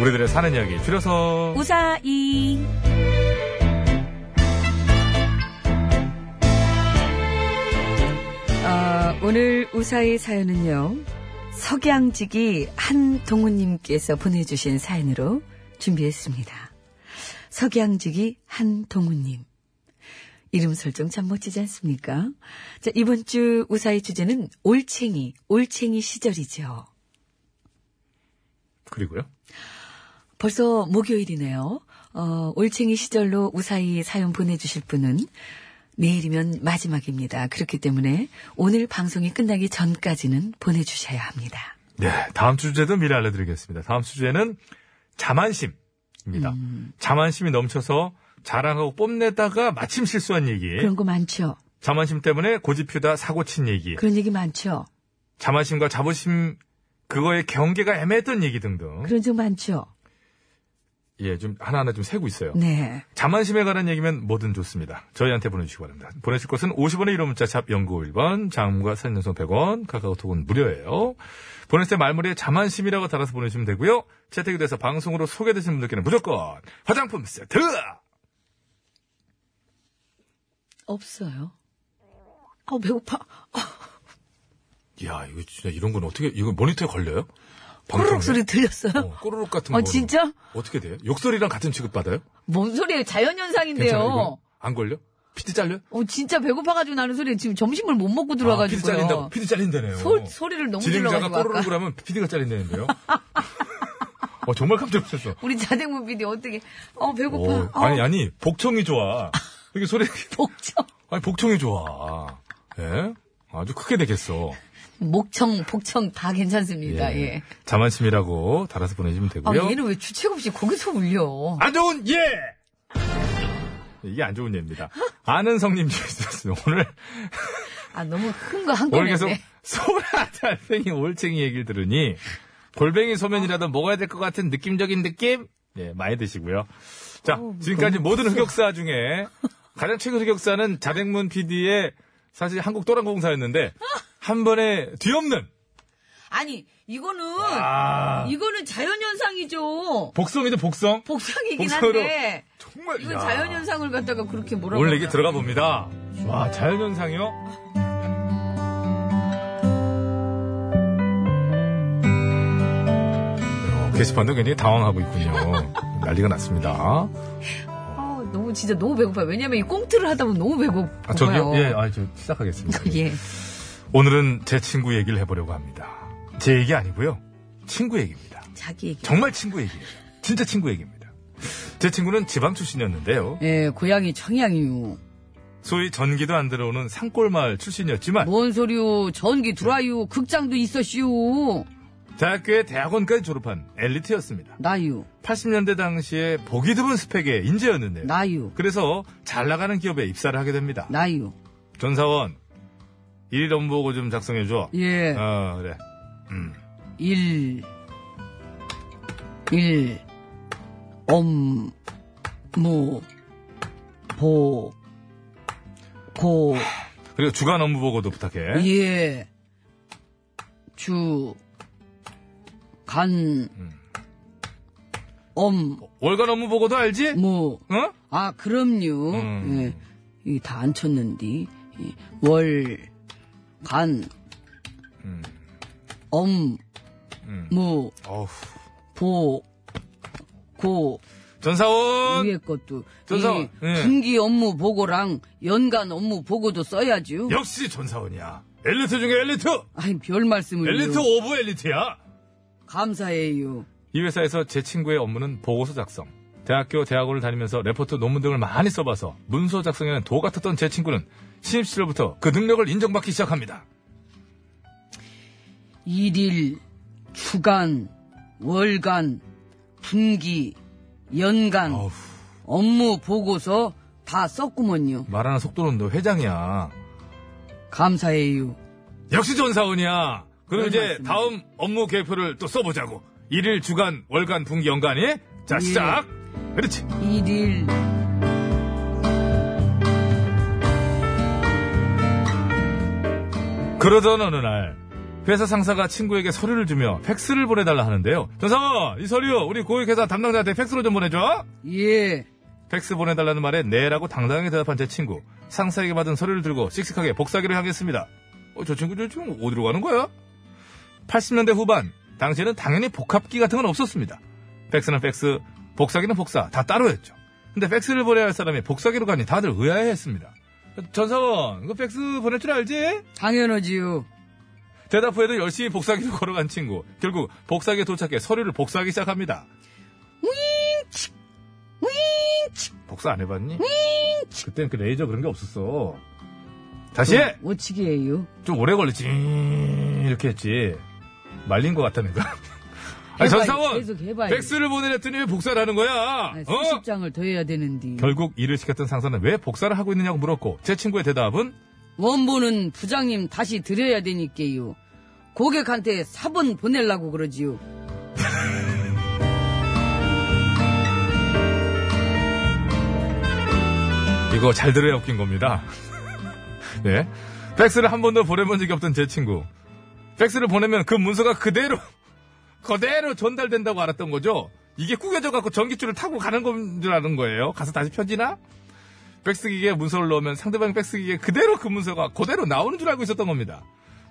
[SPEAKER 3] 우리들의 사는 이야기 줄여서
[SPEAKER 4] 우사이. 어, 오늘 우사의 사연은요. 석양지기 한동훈님께서 보내주신 사연으로 준비했습니다. 석양지기 한동훈님. 이름 설정 참 멋지지 않습니까? 자, 이번 주 우사의 주제는 올챙이, 올챙이 시절이죠.
[SPEAKER 3] 그리고요.
[SPEAKER 4] 벌써 목요일이네요. 어, 올챙이 시절로 우사히 사연 보내주실 분은 내일이면 마지막입니다. 그렇기 때문에 오늘 방송이 끝나기 전까지는 보내주셔야 합니다.
[SPEAKER 3] 네, 다음 주 주제도 미리 알려드리겠습니다. 다음 주 주제는 자만심입니다.
[SPEAKER 4] 음.
[SPEAKER 3] 자만심이 넘쳐서 자랑하고 뽐내다가 마침 실수한 얘기,
[SPEAKER 4] 그런 거 많죠?
[SPEAKER 3] 자만심 때문에 고집피우다 사고친 얘기,
[SPEAKER 4] 그런 얘기 많죠?
[SPEAKER 3] 자만심과 자부심 그거의 경계가 애매했던 얘기 등등.
[SPEAKER 4] 그런 적 많죠?
[SPEAKER 3] 예, 좀 하나하나 좀 세고 있어요.
[SPEAKER 4] 네.
[SPEAKER 3] 자만심에 관한 얘기면 뭐든 좋습니다. 저희한테 보내주시기 바랍니다. 보내실 것은 50원의 이름 문자 샵 0951번, 장문과 사진 연속 100원, 카카오톡은 무료예요. 보냈을 때 말머리에 자만심이라고 달아서 보내주시면 되고요. 채택이 돼서 방송으로 소개되신 분들께는 무조건 화장품 세트!
[SPEAKER 4] 없어요. 아,
[SPEAKER 3] 어,
[SPEAKER 4] 배고파.
[SPEAKER 3] 이야, 이거 진짜 이런 건 어떻게, 이거 모니터에 걸려요?
[SPEAKER 4] 호로록 소리 들렸어요?
[SPEAKER 3] 어, 꼬르륵 같은
[SPEAKER 4] 어,
[SPEAKER 3] 거는
[SPEAKER 4] 진짜?
[SPEAKER 3] 어떻게 돼요? 욕설이랑 같은 취급받아요?
[SPEAKER 4] 뭔 소리예요?
[SPEAKER 3] 괜찮아요? 이건?
[SPEAKER 4] 자연현상인데요.
[SPEAKER 3] 안 걸려? 피디 잘려?
[SPEAKER 4] 어, 진짜 배고파가지고 나는 소리 지금 점심을 못 먹고
[SPEAKER 3] 아, 피디 잘린다고?
[SPEAKER 4] 들어와가지고요.
[SPEAKER 3] 피디 잘린다네요.
[SPEAKER 4] 소, 소리를 너무
[SPEAKER 3] 진행자가
[SPEAKER 4] 질러가지고 아까.
[SPEAKER 3] 꼬르륵을 하면 PD가 잘린다는데요. 어, 정말 깜짝 놀랐어.
[SPEAKER 4] 우리 자댕문 PD 어떻게? 어 배고파.
[SPEAKER 3] 오,
[SPEAKER 4] 어,
[SPEAKER 3] 아니, 아니, 복청이 좋아. 이게 소리,
[SPEAKER 4] 복청
[SPEAKER 3] 아니, 복청이 좋아. 예? 아주 크게 되겠어.
[SPEAKER 4] 목청 복청 다 괜찮습니다. 예.
[SPEAKER 3] 자만심이라고 달아서 보내시면
[SPEAKER 4] 아
[SPEAKER 3] 되고요.
[SPEAKER 4] 얘는 왜 주책 없이 거기서 울려?
[SPEAKER 3] 안 좋은 예! 이게 안 좋은 예입니다. 아는 성님 주셨어요. 오늘,
[SPEAKER 4] 아 너무 큰거
[SPEAKER 3] 오늘
[SPEAKER 4] 한꺼번에.
[SPEAKER 3] 계속 소라 달팽이 올챙이 얘기를 들으니 골뱅이 소면이라도 먹어야 될 것 같은 느낌적인 느낌? 예, 많이 드시고요.
[SPEAKER 4] 어,
[SPEAKER 3] 자, 지금까지 모든 흑역사 중에 가장 최근 흑역사는 자백문 PD의 사실 한국 또랑공사였는데 한 번에 뒤없는
[SPEAKER 4] 아니 이거는
[SPEAKER 3] 아,
[SPEAKER 4] 이거는 자연현상이죠.
[SPEAKER 3] 복성이죠 복성.
[SPEAKER 4] 복상이긴
[SPEAKER 3] 복상으로.
[SPEAKER 4] 한데
[SPEAKER 3] 정말
[SPEAKER 4] 이건
[SPEAKER 3] 야.
[SPEAKER 4] 자연현상을 갖다가 그렇게 뭐라고?
[SPEAKER 3] 오늘 얘기
[SPEAKER 4] 하나.
[SPEAKER 3] 들어가 봅니다. 와 자연현상이요? 어, 게시판도 굉장히 당황하고 있군요. 난리가 났습니다.
[SPEAKER 4] 아, 너무 진짜 너무 배고파요. 왜냐면 이 꽁트를 하다 보면 너무 배고파요.
[SPEAKER 3] 아, 저기요? 예, 아, 저 시작하겠습니다.
[SPEAKER 4] 예.
[SPEAKER 3] 오늘은 제 친구 얘기를 해보려고 합니다. 제 얘기 아니고요. 친구 얘기입니다.
[SPEAKER 4] 자기 얘기.
[SPEAKER 3] 정말 친구 얘기예요. 진짜 친구 얘기입니다. 제 친구는 지방 출신이었는데요.
[SPEAKER 14] 예, 고양이 청양이요.
[SPEAKER 3] 소위 전기도 안 들어오는 산골마을 출신이었지만
[SPEAKER 4] 뭐?
[SPEAKER 14] 뭔 소리요? 전기 드라이요. 극장도 있었시요.
[SPEAKER 3] 대학교에 대학원까지 졸업한 엘리트였습니다.
[SPEAKER 14] 나유,
[SPEAKER 3] 80년대 당시에 보기 드문 스펙의 인재였는데요.
[SPEAKER 14] 나유,
[SPEAKER 3] 그래서 잘 나가는 기업에 입사를 하게 됩니다.
[SPEAKER 14] 나유.
[SPEAKER 3] 전사원, 일 넘보고 좀 작성해줘.
[SPEAKER 14] 예,
[SPEAKER 3] 어, 그래.
[SPEAKER 14] 일, 일, 엄, 무, 보, 고,
[SPEAKER 3] 그리고 주간 업무 보고도 부탁해.
[SPEAKER 14] 예, 주, 간,
[SPEAKER 3] 음.
[SPEAKER 14] 엄,
[SPEAKER 3] 월간 업무 보고도 알지?
[SPEAKER 14] 무.
[SPEAKER 3] 어?
[SPEAKER 14] 아, 그럼요.
[SPEAKER 3] 음.
[SPEAKER 14] 예. 이게 다 안 쳤는데. 이 월, 간,
[SPEAKER 3] 음.
[SPEAKER 14] 엄,
[SPEAKER 3] 음.
[SPEAKER 14] 무,
[SPEAKER 3] 어후.
[SPEAKER 14] 보, 고,
[SPEAKER 3] 전사원!
[SPEAKER 14] 위에 것도.
[SPEAKER 3] 전사원,
[SPEAKER 14] 이
[SPEAKER 3] 예.
[SPEAKER 14] 분기 업무 보고랑 연간 업무 보고도 써야지요.
[SPEAKER 3] 역시 전사원이야.
[SPEAKER 14] 음,
[SPEAKER 3] 엘리트 중에 엘리트!
[SPEAKER 14] 아이, 별 말씀을.
[SPEAKER 3] 엘리트 오브 엘리트야!
[SPEAKER 14] 감사해요.
[SPEAKER 3] 이 회사에서 제 친구의 업무는 보고서 작성. 대학교, 대학원을 다니면서 레포트, 논문 등을 많이 써봐서 문서 작성에는 도 같았던 제 친구는 신입 시절부터 그 능력을 인정받기 시작합니다.
[SPEAKER 4] 일일, 주간, 월간, 분기, 연간, 업무 보고서 다 썼구먼요.
[SPEAKER 3] 말하는 속도는 너 회장이야.
[SPEAKER 4] 감사해요.
[SPEAKER 3] 역시 전사원이야. 그럼
[SPEAKER 4] 별
[SPEAKER 3] 이제
[SPEAKER 4] 말씀을.
[SPEAKER 3] 다음 업무 계획표를 또 써보자고. 일일, 주간, 월간, 분기, 연간이. 자,
[SPEAKER 4] 예.
[SPEAKER 3] 시작. 그렇지.
[SPEAKER 4] 일일.
[SPEAKER 3] 그러던 어느 날 회사 상사가 친구에게 서류를 주며 팩스를 보내달라 하는데요. 전사원, 이 서류 우리 고객회사 담당자한테 팩스로 좀 보내줘.
[SPEAKER 4] 예.
[SPEAKER 3] 팩스 보내달라는 말에 네라고 당당하게 대답한 제 친구. 상사에게 받은 서류를 들고 씩씩하게 복사기를 향했습니다. 어, 저 친구 저 지금 어디로 가는 거야? 80년대 후반 당시에는 당연히 복합기 같은 건 없었습니다. 팩스는 팩스, 복사기는 복사 다 따로였죠. 근데 팩스를 보내야 할 사람이 복사기로 가니 다들 의아해했습니다. 전사원, 그 팩스 보낼 줄 알지?
[SPEAKER 4] 당연하지요.
[SPEAKER 3] 대답 후에도 열심히 복사기를 걸어간 친구. 결국 복사기에 도착해 서류를 복사하기 시작합니다. 복사 안 해봤니? 그때는 그 레이저 그런 게 없었어. 다시 해!
[SPEAKER 4] 어찌게예요?
[SPEAKER 3] 좀 오래 걸리지. 이렇게 했지. 말린 것 같다니까.
[SPEAKER 4] 해봐요.
[SPEAKER 3] 아니, 전사원!
[SPEAKER 4] 계속 해봐요.
[SPEAKER 3] 백스를 보내랬더니 왜 복사를 하는 거야?
[SPEAKER 4] 아니,
[SPEAKER 3] 어?
[SPEAKER 4] 수십장을 더 해야 되는데.
[SPEAKER 3] 결국 일을 시켰던 상사는 왜 복사를 하고 있느냐고 물었고, 제 친구의 대답은
[SPEAKER 4] 원본은 부장님 다시 드려야 되니까요. 고객한테 4번 보내려고 그러지요.
[SPEAKER 3] 이거 잘 들어야 웃긴 겁니다. 예. 팩스를 한 번도 보내본 적이 없던 제 친구. 팩스를 보내면 그 문서가 그대로, 그대로 전달된다고 알았던 거죠. 이게 구겨져갖고 전기줄을 타고 가는 건 줄 아는 거예요. 가서 다시 펴지나? 팩스기기에 문서를 넣으면 상대방 팩스기기에 그대로 그 문서가 그대로 나오는 줄 알고 있었던 겁니다.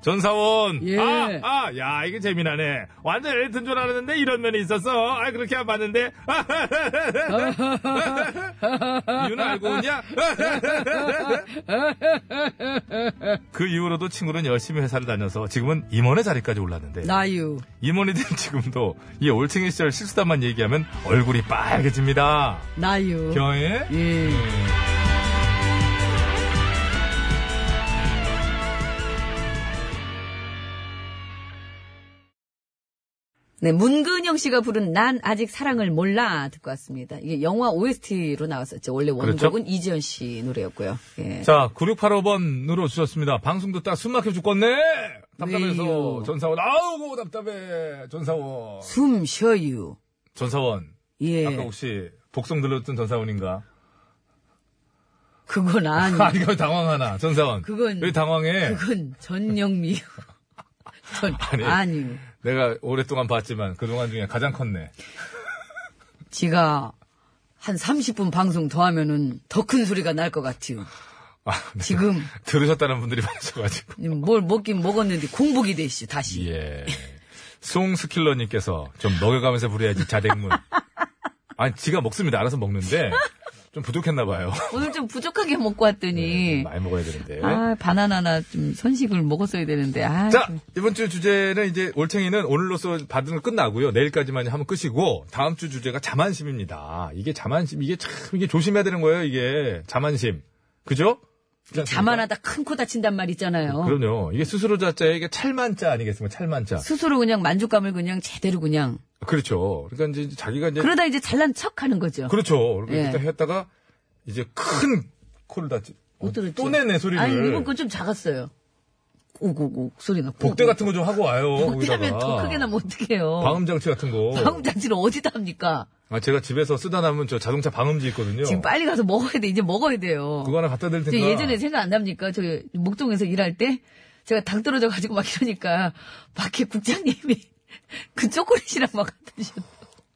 [SPEAKER 3] 전사원.
[SPEAKER 4] 예.
[SPEAKER 3] 아, 아, 야, 이게 재미나네. 완전 엘튼 줄 알았는데 이런 면이 있었어. 아, 그렇게 안 봤는데. 이유는 알고 오냐? 그 이후로도 친구는 열심히 회사를 다녀서 지금은 임원의 자리까지 올랐는데
[SPEAKER 4] 나요.
[SPEAKER 3] 임원이 된 지금도 이 올챙이 시절 실수담만 얘기하면 얼굴이 빨개집니다.
[SPEAKER 4] 나요.
[SPEAKER 3] 경혜?
[SPEAKER 4] 예.
[SPEAKER 15] 네, 문근영 씨가 부른 난 아직 사랑을 몰라 듣고 왔습니다. 이게 영화 OST로 나왔었죠. 원래 원곡은
[SPEAKER 3] 그렇죠?
[SPEAKER 15] 이지현 씨 노래였고요. 예.
[SPEAKER 3] 자, 9685번으로 주셨습니다. 방송 듣다 숨 막혀 죽겠네! 답답해서.
[SPEAKER 4] 왜요?
[SPEAKER 3] 전사원, 아우, 답답해. 전사원.
[SPEAKER 4] 숨 쉬어요.
[SPEAKER 3] 전사원.
[SPEAKER 4] 예.
[SPEAKER 3] 아까 혹시 복성 들렸던 전사원인가?
[SPEAKER 4] 그건 아니.
[SPEAKER 3] 아, 이거 당황하나. 전사원.
[SPEAKER 4] 음. 그건-
[SPEAKER 3] 왜 당황해?
[SPEAKER 4] 그건 전영미요. 전
[SPEAKER 3] 아니.
[SPEAKER 4] 아니요.
[SPEAKER 3] 내가 오랫동안 봤지만 그동안 중에 가장 컸네.
[SPEAKER 4] 지가 한 30분 방송 더 하면은 더 큰 소리가 날 것 같아요.
[SPEAKER 3] 아, 네.
[SPEAKER 4] 지금
[SPEAKER 3] 들으셨다는 분들이 많으셔가지고.
[SPEAKER 4] 뭘 먹긴 먹었는데 공복이 되시 다시.
[SPEAKER 3] 예. 송스킬러님께서 좀 먹여가면서 부려야지 자댕문. 아니, 지가 먹습니다. 알아서 먹는데 좀 부족했나봐요. 네,
[SPEAKER 15] 오늘 좀 부족하게 먹고
[SPEAKER 4] 네.
[SPEAKER 15] 왔더니
[SPEAKER 3] 많이 먹어야 되는데.
[SPEAKER 15] 아 바나나나 좀 선식을 먹었어야 되는데 아
[SPEAKER 3] 자,
[SPEAKER 4] 네.
[SPEAKER 3] 이번 주 주제는 이제 올챙이는 오늘로써 받은 거 끝나고요. 내일까지만 하면 끝이고, 다음 주 주제가 자만심입니다. 이게 자만심, 이게 참, 이게 조심해야 되는 거예요, 이게. 자만심. 그죠? 그렇지 않습니까?
[SPEAKER 4] 자만하다 큰 코 다친단 말 있잖아요.
[SPEAKER 3] 네, 그럼요. 이게 스스로 자자에 이게 찰만자 아니겠습니까? 찰만자.
[SPEAKER 4] 스스로 그냥 만족감을 그냥 제대로 그냥
[SPEAKER 3] 그렇죠. 그러니까 이제 자기가 이제
[SPEAKER 4] 그러다 이제 잘난 척하는 거죠.
[SPEAKER 3] 그렇죠.
[SPEAKER 4] 예.
[SPEAKER 3] 이렇게 했다가 이제 큰 코를 다치. 어,
[SPEAKER 4] 못 들었죠.
[SPEAKER 3] 또 내네 소리를.
[SPEAKER 4] 아니 이번 건그 좀 작았어요. 오고고 소리 나.
[SPEAKER 3] 복대 같은 거 좀 하고 와요.
[SPEAKER 4] 뭐 복대하면
[SPEAKER 3] 거기다가.
[SPEAKER 4] 더 크게 나면 어떡해요.
[SPEAKER 3] 뭐 방음 장치 같은 거.
[SPEAKER 4] 방음장치를 어디다 합니까?
[SPEAKER 3] 아, 제가 집에서 쓰다 남은 저 자동차 방음지 있거든요.
[SPEAKER 4] 지금 빨리 가서 먹어야 돼. 이제 먹어야 돼요.
[SPEAKER 3] 그거 하나 갖다 드릴
[SPEAKER 4] 저
[SPEAKER 3] 테니까.
[SPEAKER 4] 예전에 생각 안 납니까? 저 목동에서 일할 때 제가 당 떨어져 가지고 막 이러니까 밖에 국장님이 그 초콜릿이랑 막 갖다 주셨.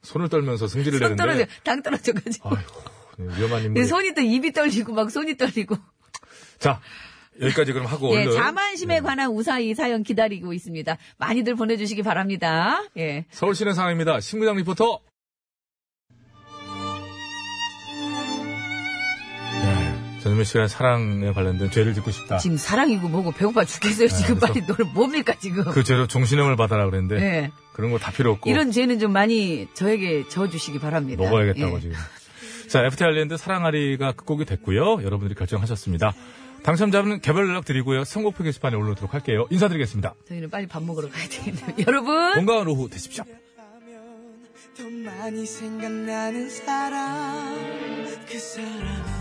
[SPEAKER 3] 손을 떨면서 승질을
[SPEAKER 4] 손
[SPEAKER 3] 내는데.
[SPEAKER 4] 떨어져 당 떨어져 가지고.
[SPEAKER 3] 아이고, 네, 위험한 인물.
[SPEAKER 4] 근데 손이 또 입이 떨리고 막 손이 떨리고.
[SPEAKER 3] 자, 여기까지 그럼 하고
[SPEAKER 15] 예,
[SPEAKER 3] 얼른. 네.
[SPEAKER 15] 자만심에 관한 우사히 사연 기다리고 있습니다. 많이들 보내주시기 바랍니다. 예.
[SPEAKER 3] 서울 시내 상황입니다. 신부장 리포터. 네, 전현미 씨가 사랑에 관련된 죄를 짓고 싶다.
[SPEAKER 4] 지금 사랑이고 뭐고 배고파 죽겠어요. 지금
[SPEAKER 3] 아, 그래서-
[SPEAKER 4] 빨리 노래 뭡니까 지금.
[SPEAKER 3] 그 죄로 종신형을 받아라 그랬는데
[SPEAKER 4] 예.
[SPEAKER 3] 그런 거 다 필요 없고
[SPEAKER 4] 이런 죄는 좀 많이 저에게 져주시기 바랍니다.
[SPEAKER 3] 먹어야겠다고
[SPEAKER 4] 예.
[SPEAKER 3] 지금. 자, FT 아일랜드 사랑아리가 끝곡이 됐고요. 여러분들이 결정하셨습니다. 당첨자는 개별 연락 드리고요. 선곡표 게시판에 올려놓도록 할게요. 인사드리겠습니다.
[SPEAKER 4] 저희는 빨리 밥 먹으러 가야 되겠네요. 여러분.
[SPEAKER 3] 건강한 오후 되십시오.
[SPEAKER 7] 더 많이 생각나는 사람 그 사람